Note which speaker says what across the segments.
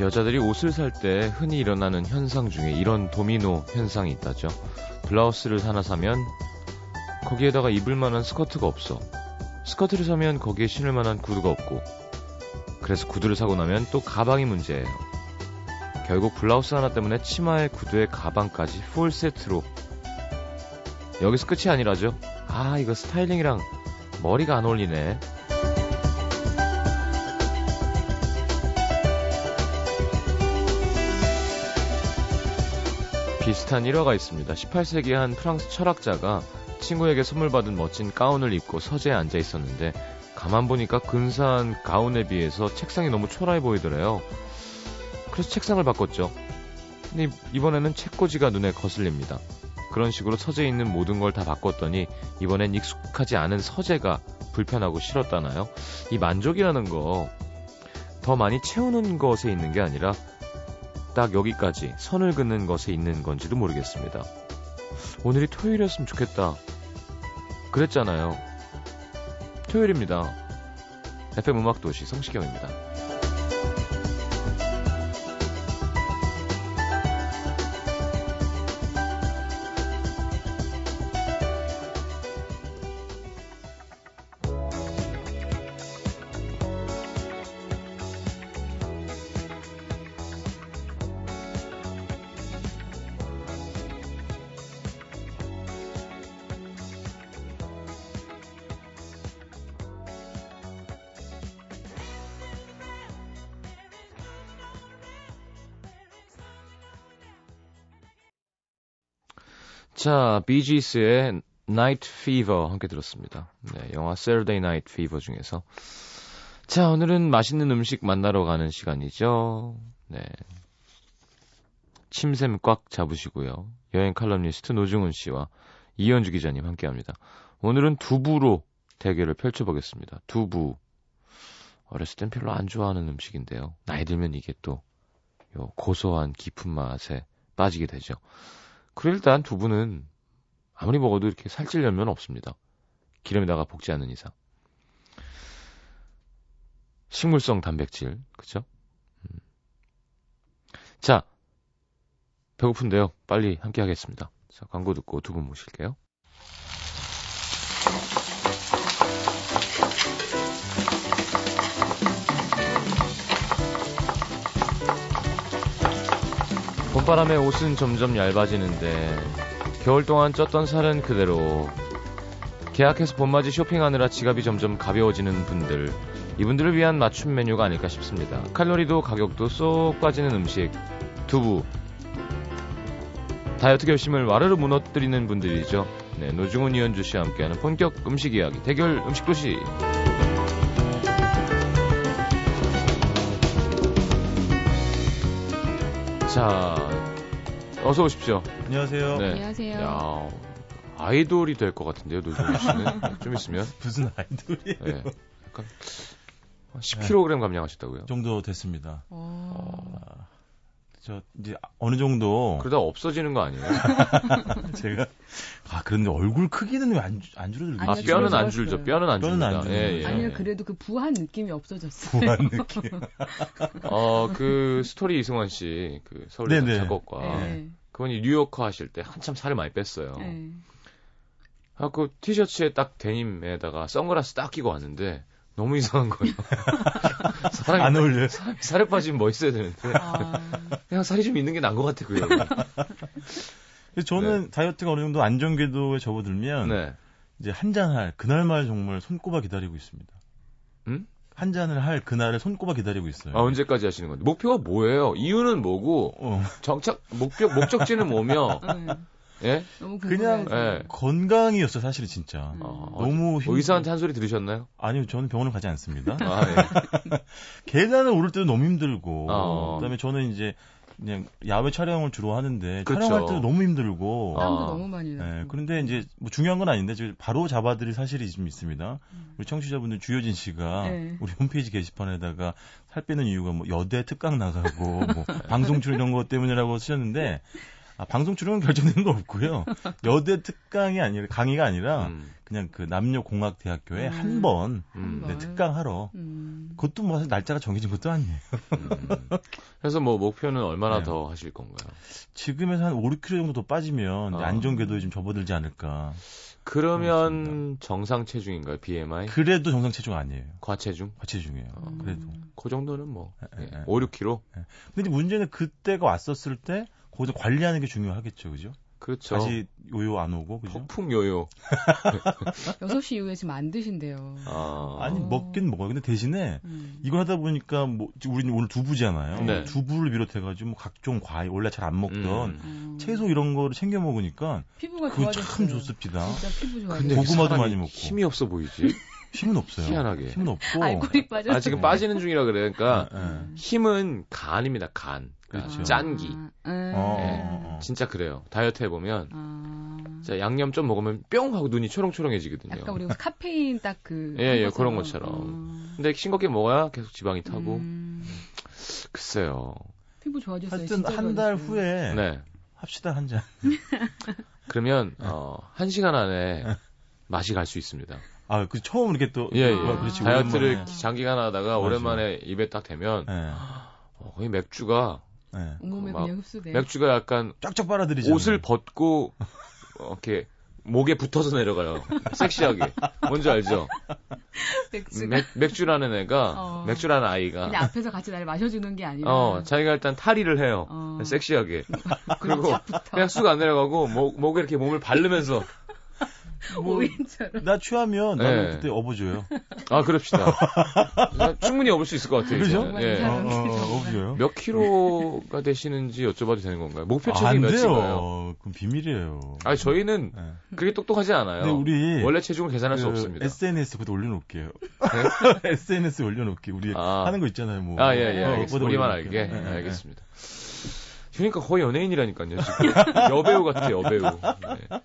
Speaker 1: 여자들이 옷을 살 때 흔히 일어나는 현상 중에 이런 도미노 현상이 있다죠. 블라우스를 하나 사면 거기에다가 입을 만한 스커트가 없어. 스커트를 사면 거기에 신을 만한 구두가 없고. 그래서 구두를 사고 나면 또 가방이 문제예요. 결국 블라우스 하나 때문에 치마에 구두에 가방까지 풀 세트로. 여기서 끝이 아니라죠. 아, 이거 스타일링이랑 머리가 안 어울리네. 비슷한 일화가 있습니다. 18세기 한 프랑스 철학자가 친구에게 선물 받은 멋진 가운을 입고 서재에 앉아 있었는데 가만 보니까 근사한 가운에 비해서 책상이 너무 초라해 보이더래요. 그래서 책상을 바꿨죠. 근데 이번에는 책꽂이가 눈에 거슬립니다. 그런 식으로 서재에 있는 모든 걸 다 바꿨더니 이번엔 익숙하지 않은 서재가 불편하고 싫었다나요? 이 만족이라는 거 더 많이 채우는 것에 있는 게 아니라 딱 여기까지 선을 긋는 것에 있는 건지도 모르겠습니다. 오늘이 토요일이었으면 좋겠다. 그랬잖아요. 토요일입니다. FM 음악 도시 성시경입니다. 자, 비지스의 Night Fever 함께 들었습니다. 네, 영화 Saturday Night Fever 중에서. 자, 오늘은 맛있는 음식 만나러 가는 시간이죠. 네. 침샘 꽉 잡으시고요. 여행 칼럼니스트 노중훈 씨와 이현주 기자님 함께 합니다. 오늘은 두부로 대결을 펼쳐보겠습니다. 두부. 어렸을 땐 별로 안 좋아하는 음식인데요. 나이 들면 이게 또, 요 고소한 깊은 맛에 빠지게 되죠. 그리고 일단 두부는 아무리 먹어도 이렇게 살찔려면 없습니다. 기름에다가 볶지 않는 이상. 식물성 단백질, 그쵸? 음. 자, 배고픈데요. 빨리 함께 하겠습니다. 자, 광고 듣고 두 분 모실게요. 봄바람에 옷은 점점 얇아지는데 겨울 동안 쪘던 살은 그대로 계약해서 봄맞이 쇼핑하느라 지갑이 점점 가벼워지는 분들 이분들을 위한 맞춤 메뉴가 아닐까 싶습니다. 칼로리도 가격도 쏙 빠지는 음식 두부 다이어트 결심을 와르르 무너뜨리는 분들이죠. 네, 노중훈 이현주 씨와 함께하는 본격 음식 이야기 대결 음식 도시 자 어서 오십시오.
Speaker 2: 안녕하세요.
Speaker 1: 네.
Speaker 3: 안녕하세요.
Speaker 1: 야, 아이돌이 될 것 같은데요, 노준호 씨는. 좀 있으면.
Speaker 2: 무슨 아이돌이
Speaker 1: 예. 약간 10kg 감량하셨다고요?
Speaker 2: 그 정도 됐습니다.
Speaker 3: 어.
Speaker 2: 저 이제 어느 정도
Speaker 1: 그러다 없어지는 거 아니에요? 그렇죠.
Speaker 2: 제가 아 그런데 얼굴 크기는 왜 안 줄어들고
Speaker 1: 아,
Speaker 3: 아니요,
Speaker 2: 있지?
Speaker 1: 뼈는
Speaker 3: 저는
Speaker 1: 안
Speaker 3: 줄었어요.
Speaker 1: 줄죠. 뼈는 안
Speaker 2: 뼈는 안
Speaker 1: 줍니다.
Speaker 2: 주는
Speaker 1: 예, 예.
Speaker 2: 거죠.
Speaker 3: 아니요, 그래도 그 부한 느낌이 없어졌어요.
Speaker 2: 부한 느낌.
Speaker 1: 어, 그 스토리 이승환 씨, 그 서울
Speaker 2: 네네.
Speaker 1: 작곡과.
Speaker 3: 네.
Speaker 1: 그분이 뉴욕커 하실 때 한참 살을 많이 뺐어요.
Speaker 3: 네.
Speaker 1: 아, 그 티셔츠에 딱 데님에다가 선글라스 딱 끼고 왔는데 너무 이상한 거예요. 사람이
Speaker 2: 안 어울려요.
Speaker 1: 살에 빠지면 멋있어야 되는데
Speaker 3: 아,
Speaker 1: 그냥 살이 좀 있는 게 나은 것 같아요.
Speaker 2: 음. 그래서 저는 다이어트가 어느 정도 안정궤도에 접어들면
Speaker 1: 네.
Speaker 2: 이제 한 잔 할 그날만 정말 손꼽아 기다리고 있습니다.
Speaker 1: 음?
Speaker 2: 한 잔을 할 그날을 손꼽아 기다리고 있어요.
Speaker 1: 아, 언제까지 하시는 건데? 목표가 뭐예요? 이유는 뭐고,
Speaker 2: 네. 어,
Speaker 1: 정착, 목표, 목적지는 뭐며,
Speaker 3: 네.
Speaker 1: 예?
Speaker 3: 너무
Speaker 2: 그냥-
Speaker 3: 궁금해요.
Speaker 1: 예.
Speaker 2: 건강이었어 요 사실은 진짜.
Speaker 3: 음.
Speaker 1: 어,
Speaker 2: 너무 힘...
Speaker 1: 의사한테 한 소리 들으셨나요?
Speaker 2: 아니요 저는 병원을 가지 않습니다.
Speaker 1: 아, 예.
Speaker 2: 계단을 오를 때도 너무 힘들고
Speaker 1: 어.
Speaker 2: 그다음에 저는 이제 그냥 야외 촬영을 주로 하는데
Speaker 1: 그렇죠.
Speaker 2: 촬영할 때도 너무 힘들고
Speaker 1: 아.
Speaker 3: 땀도 너무 많이 나고.
Speaker 2: 예, 그런데 이제 뭐 중요한 건 아닌데 지금 바로 잡아드릴 사실이 좀 있습니다. 우리 청취자분들 주효진 씨가
Speaker 3: 음. 네.
Speaker 2: 우리 홈페이지 게시판에다가 살 빼는 이유가 뭐 여대 특강 나가고 뭐 방송 출연 이런 것 때문이라고 쓰셨는데 아, 방송 출연은 결정된 거 없고요. 여대 특강이 아니라 강의가 아니라
Speaker 1: 음,
Speaker 2: 그냥 그 남녀공학대학교에
Speaker 3: 음.
Speaker 2: 한 번
Speaker 1: 음.
Speaker 3: 네.
Speaker 2: 특강하러
Speaker 3: 음.
Speaker 2: 그것도 뭐 사실 날짜가 정해진 것도 아니에요.
Speaker 1: 음. 그래서 뭐 목표는 얼마나
Speaker 2: 네.
Speaker 1: 더 하실 건가요?
Speaker 2: 지금에서 한 5, 6kg 정도 더 빠지면 이제
Speaker 1: 아.
Speaker 2: 안전궤도에 좀 접어들지 않을까.
Speaker 1: 그러면
Speaker 2: 그렇습니다.
Speaker 1: 정상 체중인가요? BMI?
Speaker 2: 그래도 정상 체중 아니에요.
Speaker 1: 과체중?
Speaker 2: 과체중이에요.
Speaker 1: 어,
Speaker 2: 그래도.
Speaker 1: 그 정도는 뭐
Speaker 2: 예,
Speaker 1: 예,
Speaker 2: 예.
Speaker 1: 5, 6kg?
Speaker 2: 근데 이제 문제는 그때가 왔었을 때 거기서 관리하는 게 중요하겠죠, 그죠?
Speaker 1: 그렇죠.
Speaker 2: 다시 요요 안 오고 그죠?
Speaker 1: 폭풍 요요.
Speaker 3: 아, 6시 이후에 지금 안 드신대요.
Speaker 1: 아,
Speaker 2: 아니
Speaker 3: 어.
Speaker 2: 먹긴 먹어요. 근데 대신에
Speaker 3: 음.
Speaker 2: 이걸 하다 보니까 뭐 지금 우리는 오늘 두부잖아요.
Speaker 1: 네.
Speaker 2: 두부를 비롯해가지고 뭐 각종 과일 원래 잘 안 먹던
Speaker 1: 음.
Speaker 3: 어.
Speaker 2: 채소 이런 거를 챙겨 먹으니까
Speaker 3: 피부가
Speaker 2: 그거
Speaker 3: 좋아졌어요.
Speaker 2: 참 좋습니다.
Speaker 3: 진짜 피부
Speaker 1: 근데
Speaker 3: 좋아졌어요.
Speaker 2: 고구마도
Speaker 1: 사람이
Speaker 2: 많이 먹고.
Speaker 1: 힘이 없어 보이지?
Speaker 2: 힘은 없어요.
Speaker 1: 희한하게.
Speaker 2: 힘은 없고. 네,
Speaker 3: 알코올이 빠져.
Speaker 1: 아 지금 빠지는 중이라 그래. 그러니까
Speaker 2: 예, 예.
Speaker 1: 힘은 간입니다. 간. 그러니까
Speaker 2: 그렇죠.
Speaker 1: 짠기.
Speaker 3: 아, 음.
Speaker 2: 어, 어, 어.
Speaker 1: 진짜 그래요. 다이어트 해보면
Speaker 3: 아.
Speaker 1: 진짜 양념 좀 먹으면 뿅 하고 눈이 초롱초롱해지거든요.
Speaker 3: 약간 우리 카페인 딱그 음.
Speaker 1: 예, 예, 그런 것처럼. 근데 싱겁게 먹어야 계속 지방이 타고 글쎄요.
Speaker 3: 피부 좋아졌어요.
Speaker 2: 하여튼
Speaker 3: 진짜
Speaker 2: 한 달
Speaker 3: 좋아졌어요.
Speaker 2: 후에
Speaker 1: 네.
Speaker 2: 합시다 한 잔.
Speaker 1: 그러면
Speaker 2: 네.
Speaker 1: 어, 한 시간 안에 맛이 갈 수 있습니다.
Speaker 2: 아, 그 처음 이렇게 또
Speaker 1: 예, 예.
Speaker 2: 와,
Speaker 3: 아,
Speaker 2: 그렇지,
Speaker 1: 다이어트를
Speaker 2: 오랜만에.
Speaker 1: 장기간 하다가
Speaker 2: 뭐, 네. 맞아요. 네.
Speaker 1: 오랜만에 입에 딱 대면 어, 거의 맥주가
Speaker 2: 예. 뭐, 예.
Speaker 3: 온몸에
Speaker 1: 막
Speaker 3: 그냥 흡수돼요.
Speaker 1: 맥주가 약간
Speaker 2: 쫙쫙 빨아들이죠.
Speaker 1: 옷을 벗고 어, 이렇게 목에 붙어서 내려가요. 섹시하게. 뭔지 알죠?
Speaker 3: 맥주가
Speaker 1: 맥, 맥주라는 애가
Speaker 3: 어.
Speaker 1: 맥주라는
Speaker 3: 근데
Speaker 1: 음, 아이가
Speaker 3: 앞에서 같이 나를 마셔주는 게 아니라
Speaker 1: 어 자기가 일단 탈의를 해요.
Speaker 3: 어.
Speaker 1: 섹시하게. 그리고
Speaker 3: 그리고 부터
Speaker 1: 그냥 쑥 안 내려가고 목, 목에 이렇게 몸을 바르면서 뭐
Speaker 3: 오인처럼
Speaker 2: 뭐, 나 취하면 나는
Speaker 1: 예.
Speaker 2: 그때 업어줘요.
Speaker 1: 아 그럽시다. 충분히 업을 수 있을 것 같아요.
Speaker 2: 그죠?
Speaker 1: 이제는.
Speaker 2: 어,
Speaker 1: 예.
Speaker 3: 아,
Speaker 2: 어,
Speaker 3: 정말.
Speaker 2: 업어줘요.
Speaker 1: 몇 킬로가 되시는지 여쭤봐도 되는 건가요? 목표
Speaker 2: 아,
Speaker 1: 체중이
Speaker 2: 안
Speaker 1: 몇 킬로예요?
Speaker 2: 돼요. 그건 비밀이에요.
Speaker 1: 아 저희는
Speaker 2: 예.
Speaker 1: 그렇게 똑똑하지 않아요.
Speaker 2: 근데 우리
Speaker 1: 원래 체중을 계산할 수
Speaker 2: 그
Speaker 1: 없습니다. 네?
Speaker 2: SNS 그것도 올려놓을게요. SNS 에 올려놓을게. 우리
Speaker 1: 아.
Speaker 2: 하는 거 있잖아요. 뭐.
Speaker 1: 아, 예, 예.
Speaker 2: 어,
Speaker 1: 알겠습니다.
Speaker 2: 그것도
Speaker 1: 우리만 알게.
Speaker 2: 올려놓을게요. 예, 예, 예.
Speaker 1: 알겠습니다. 그러니까 거의 연예인이라니까요, 지금. 여배우 같아요, 여배우. 네.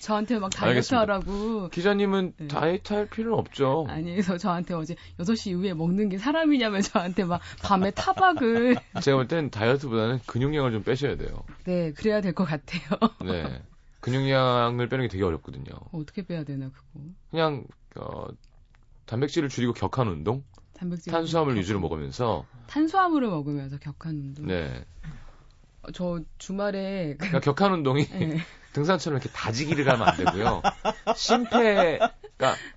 Speaker 3: 저한테 막 다이어트
Speaker 1: 알겠습니다.
Speaker 3: 하라고
Speaker 1: 기자님은
Speaker 3: 네.
Speaker 1: 다이어트 할 필요는 없죠.
Speaker 3: 아니 그래서 저한테 어제 6시 이후에 먹는 게 사람이냐면 저한테 막 밤에 타박을
Speaker 1: 제가 볼 땐 다이어트보다는 근육량을 좀 빼셔야 돼요.
Speaker 3: 네 그래야 될 것 같아요.
Speaker 1: 네. 근육량을 빼는 게 되게 어렵거든요.
Speaker 3: 어떻게 빼야 되나 그거.
Speaker 1: 그냥, 어, 단백질을 줄이고 격한 운동?
Speaker 3: 단백질
Speaker 1: 탄수화물 위주로 먹으면서,
Speaker 3: 탄수화물을 먹으면서 격한 운동.
Speaker 1: 네.
Speaker 3: 어, 저 주말에 그-
Speaker 1: 그러니까 격한 운동이
Speaker 3: 예.
Speaker 1: 등산처럼 이렇게 다지기를 가면 안 되고요. 심폐가,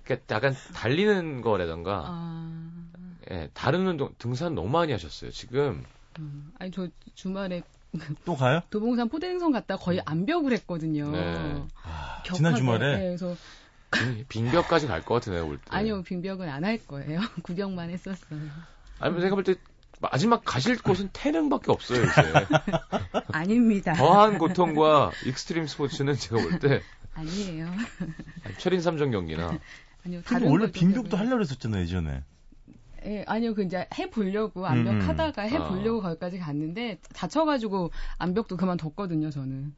Speaker 1: 이렇게 약간 달리는 거라던가,
Speaker 3: 아,
Speaker 1: 예, 다른 운동, 등산 너무 많이 하셨어요, 지금.
Speaker 3: 음. 아니 저 주말에
Speaker 2: 예. 또 가요?
Speaker 3: 도봉산 포대행성 갔다 거의 암벽을 했거든요.
Speaker 1: 음. 네.
Speaker 2: 아,
Speaker 3: 격하게.
Speaker 2: 지난
Speaker 3: 네,
Speaker 2: 주말에
Speaker 3: 그래서
Speaker 1: 빈- 빈벽까지 갈 것 같은데요, 올 때.
Speaker 3: 아니요 빙벽은 안 할 거예요. 구경만 했었어요.
Speaker 1: 아니, 제가 볼 때, 마지막
Speaker 3: 음.
Speaker 1: 가실 곳은 태릉밖에 없어요, 이제.
Speaker 3: 아닙니다.
Speaker 1: 더한 고통과 익스트림 스포츠는 제가 볼 때,
Speaker 3: 아니에요.
Speaker 1: 철인 삼종 경기나,
Speaker 3: 아니요.
Speaker 2: 근데
Speaker 3: 다른
Speaker 2: 원래
Speaker 3: 걸
Speaker 2: 빈벽도
Speaker 3: 좀 해봐요.
Speaker 2: 하려고 했었잖아요, 예전에.
Speaker 3: 예, 아니요. 그 이제 해 보려고 암벽
Speaker 2: 음, 음.
Speaker 3: 하다가 해
Speaker 1: 아.
Speaker 3: 보려고 거기까지 갔는데 다쳐가지고 암벽도 그만뒀거든요. 저는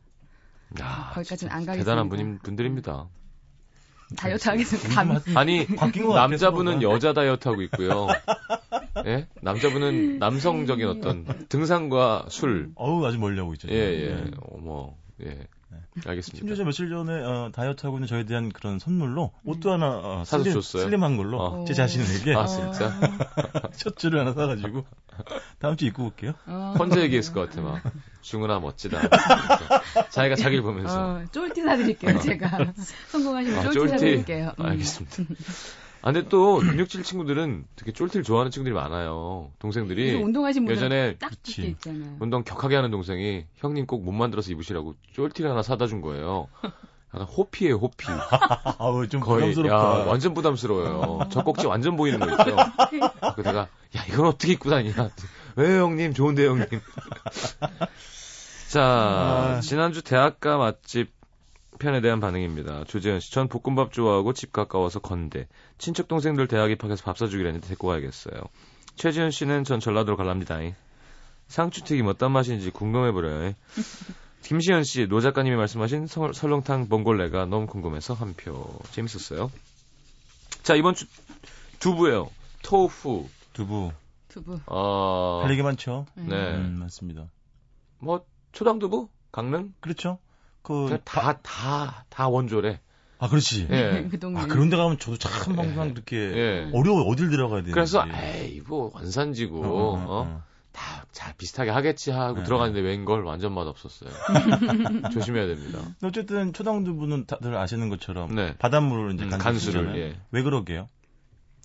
Speaker 1: 야,
Speaker 3: 거기까지는 안 가겠습니다.
Speaker 1: 아, 대단한 분임, 분들입니다.
Speaker 3: 다이어트 하겠습니다.
Speaker 2: 요즘
Speaker 3: 감,
Speaker 2: 하여튼
Speaker 1: 아니,
Speaker 2: 바뀐 것 같아요,
Speaker 1: 남자분은
Speaker 2: 서로가.
Speaker 1: 여자 다이어트 하고 있고요. 예?
Speaker 3: 음.
Speaker 1: 남자분은 남성적인 어떤 등산과 술.
Speaker 2: 어우, 아주 멀리 하고 있죠.
Speaker 1: 예, 예. 어머, 예.
Speaker 2: 음. 네. 심지어
Speaker 1: 알겠습니다.
Speaker 2: 저 며칠 전에 어, 다이어트 하고 있는 저에 대한 그런 선물로 옷도 하나 어,
Speaker 1: 사서
Speaker 2: 슬림,
Speaker 1: 줬어요?
Speaker 2: 슬림한 걸로
Speaker 1: 어.
Speaker 2: 제 자신에게
Speaker 1: 아, 진짜?
Speaker 2: 셔츠를 하나 사가지고 다음 주 입고 올게요.
Speaker 3: 어,
Speaker 1: 혼자 얘기했을 것 같아 막 중은아 멋지다 자기가 자기를 보면서
Speaker 3: 어, 쫄티 사드릴게요, 제가. 성공하시면 쫄티, 사드릴게요. 음.
Speaker 1: 아, 알겠습니다 아 근데 또 근육질 친구들은 되게 쫄티를 좋아하는 친구들이 많아요
Speaker 3: 요즘
Speaker 1: 동생들이
Speaker 3: 운동하신 분들
Speaker 1: 예. 예전에
Speaker 3: 딱
Speaker 2: 그치.
Speaker 3: 붙게 있잖아요.
Speaker 1: 운동 격하게 하는 동생이 형님 꼭 못 만들어서 입으시라고 쫄티를 하나 사다 준 거예요 약간 호피예요 호피
Speaker 2: 아우 좀
Speaker 1: 거의 야
Speaker 2: 부담스럽다.
Speaker 1: 완전 부담스러워요 젖꼭지 완전 보이는 거 있죠 그 내가 야 이건 어떻게 입고 다니냐 왜 형님 좋은데 형님 자
Speaker 2: 아.
Speaker 1: 지난주 대학가 맛집 편에 대한 반응입니다 조재현 씨전 볶음밥 좋아하고 집 가까워서 건대 친척 동생들 대학 입학해서 밥 사주기로 했는데 데리고 가야겠어요 최지현 씨는 전 전라도로 갈랍니다 상추튀김 어떤 맛인지 궁금해버려요 김시현 씨, 노 작가님이 말씀하신 설, 렁탕 봉골레가 너무 궁금해서 한 표. 재밌었어요. 자, 이번 주 두부예요. 토후.
Speaker 2: 두부
Speaker 3: 두부.
Speaker 1: 어,
Speaker 2: 할 얘기 많죠.
Speaker 1: 네.
Speaker 2: 음, 맞습니다.
Speaker 1: 뭐, 초당두부? 강릉?
Speaker 2: 그렇죠. 그,
Speaker 1: 그냥 다, 다, 다 원조래.
Speaker 2: 아, 그렇지.
Speaker 1: 예.
Speaker 3: 그 동네.
Speaker 2: 아, 그런 데 가면 저도 참 항상
Speaker 1: 예.
Speaker 2: 그렇게
Speaker 1: 예.
Speaker 2: 어려워, 어딜 들어가야 되는지.
Speaker 1: 그래서, 에이, 뭐, 원산지고,
Speaker 2: 네. 어, 어, 어,
Speaker 1: 어?
Speaker 2: 어.
Speaker 1: 다, 자, 비슷하게 하겠지 하고
Speaker 2: 네.
Speaker 1: 들어갔는데 웬걸 완전 맛없었어요. 조심해야 됩니다.
Speaker 2: 어쨌든 초당두부는 다들 아시는 것처럼
Speaker 1: 네.
Speaker 2: 바닷물을 이제
Speaker 1: 음,
Speaker 2: 간수를
Speaker 1: 간수를,
Speaker 2: 예.
Speaker 1: 예.
Speaker 2: 왜 그러게요?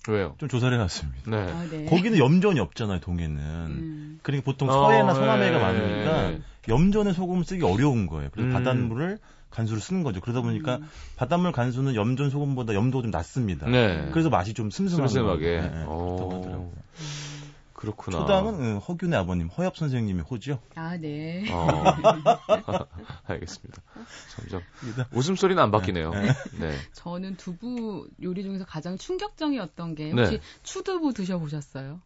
Speaker 1: 왜요?
Speaker 2: 좀 조사를 해봤습니다.
Speaker 1: 네.
Speaker 3: 아, 네.
Speaker 2: 거기는 염전이 없잖아요, 동해는.
Speaker 3: 음.
Speaker 2: 그러니까 보통
Speaker 1: 어,
Speaker 2: 서해나 서남해가
Speaker 1: 예,
Speaker 2: 많으니까
Speaker 1: 예.
Speaker 2: 염전에 소금 쓰기 어려운 거예요. 그래서
Speaker 1: 음.
Speaker 2: 바닷물을 간수로 쓰는 거죠. 그러다 보니까
Speaker 3: 음.
Speaker 2: 바닷물 간수는 염전 소금보다 염도가 좀 낮습니다.
Speaker 1: 네.
Speaker 2: 그래서 맛이 좀 슴슴하게.
Speaker 1: 슴슴하게. 어.
Speaker 2: 예, 예,
Speaker 1: 오.
Speaker 2: 그렇다고 하더라고요.
Speaker 3: 음.
Speaker 1: 그렇구나.
Speaker 2: 초당은 응, 허균의 아버님, 허엽 선생님이 호죠.
Speaker 3: 아, 네.
Speaker 1: 어. 알겠습니다. 점점 웃음소리는 안 바뀌네요. 네.
Speaker 3: 저는 두부 요리 중에서 가장 충격적이었던 게
Speaker 1: 네.
Speaker 3: 혹시 추두부 드셔보셨어요?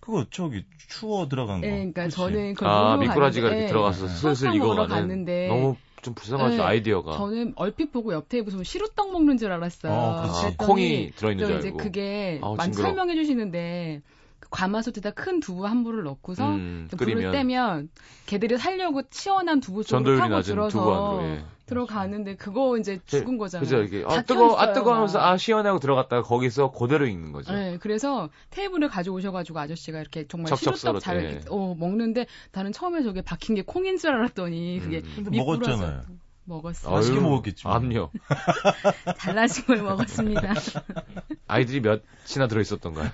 Speaker 2: 그거 저기 추워 들어간 거.
Speaker 3: 네, 그러니까
Speaker 2: 그치?
Speaker 3: 저는 그걸
Speaker 1: 아,
Speaker 3: 먹으러
Speaker 1: 미꾸라지가
Speaker 3: 갔는데,
Speaker 1: 이렇게 들어가서
Speaker 2: 네.
Speaker 1: 슬슬
Speaker 3: 설탕 먹으러
Speaker 1: 익어가는.
Speaker 3: 갔는데
Speaker 1: 너무 좀 불쌍하죠,
Speaker 3: 네.
Speaker 1: 아이디어가.
Speaker 3: 저는 얼핏 보고 옆 테이블에서 시루떡 먹는 줄 알았어요.
Speaker 2: 아,
Speaker 1: 아,
Speaker 2: 그렇지.
Speaker 3: 그랬더니
Speaker 1: 콩이 들어있는 줄
Speaker 3: 또 이제
Speaker 1: 알고.
Speaker 3: 그게
Speaker 1: 아우,
Speaker 3: 많이
Speaker 1: 징그러워.
Speaker 3: 설명해 주시는데 그 과마솥에다 큰 두부 한 부를 넣고서
Speaker 1: 음,
Speaker 3: 불을
Speaker 1: 끓이면
Speaker 3: 떼면 걔들이 살려고 시원한 두부 쪽으로
Speaker 1: 전도율이
Speaker 3: 타고
Speaker 1: 낮은
Speaker 3: 들어서
Speaker 1: 두부 안으로. 예.
Speaker 3: 들어가는데 그거 이제 죽은 거잖아요.
Speaker 1: 네. 그죠 이렇게 아
Speaker 3: 다
Speaker 1: 뜨거 아
Speaker 3: 튀어있어요,
Speaker 1: 뜨거 하면서
Speaker 3: 막.
Speaker 1: 아 시원하고 들어갔다가 거기서 그대로 익는 거죠.
Speaker 3: 네, 그래서 테이블을 가져오셔가지고 아저씨가 이렇게 정말
Speaker 1: 척척
Speaker 3: 시루떡 잘
Speaker 1: 썰어,
Speaker 3: 이렇게
Speaker 1: 예.
Speaker 3: 어, 먹는데 나는 처음에 저게 박힌 게 콩인 줄 알았더니 그게
Speaker 1: 음.
Speaker 2: 근데
Speaker 3: 미꾸라지
Speaker 2: 먹었잖아요.
Speaker 3: 먹었어요.
Speaker 2: 맛있게
Speaker 1: 아유,
Speaker 2: 먹었겠죠.
Speaker 1: 암요.
Speaker 3: 달라진 걸 먹었습니다.
Speaker 1: 아이들이 몇이나 들어 있었던가요?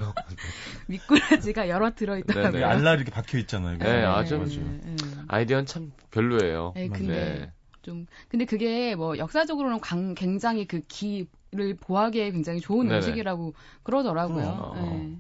Speaker 3: 미꾸라지가 여러 들어있더라고요.
Speaker 1: 네.
Speaker 2: 알라 이렇게 박혀 있잖아요. 그러니까.
Speaker 1: 네, 아주- 음,
Speaker 3: 네.
Speaker 1: 아이디어는 참 별로예요.
Speaker 3: 네,
Speaker 2: 맞네.
Speaker 3: 근데 좀 근데 그게 뭐 역사적으로는 광- 굉장히 그 기를 보하기에 굉장히 좋은
Speaker 1: 네네.
Speaker 3: 음식이라고 그러더라고요.
Speaker 1: 어.
Speaker 3: 네.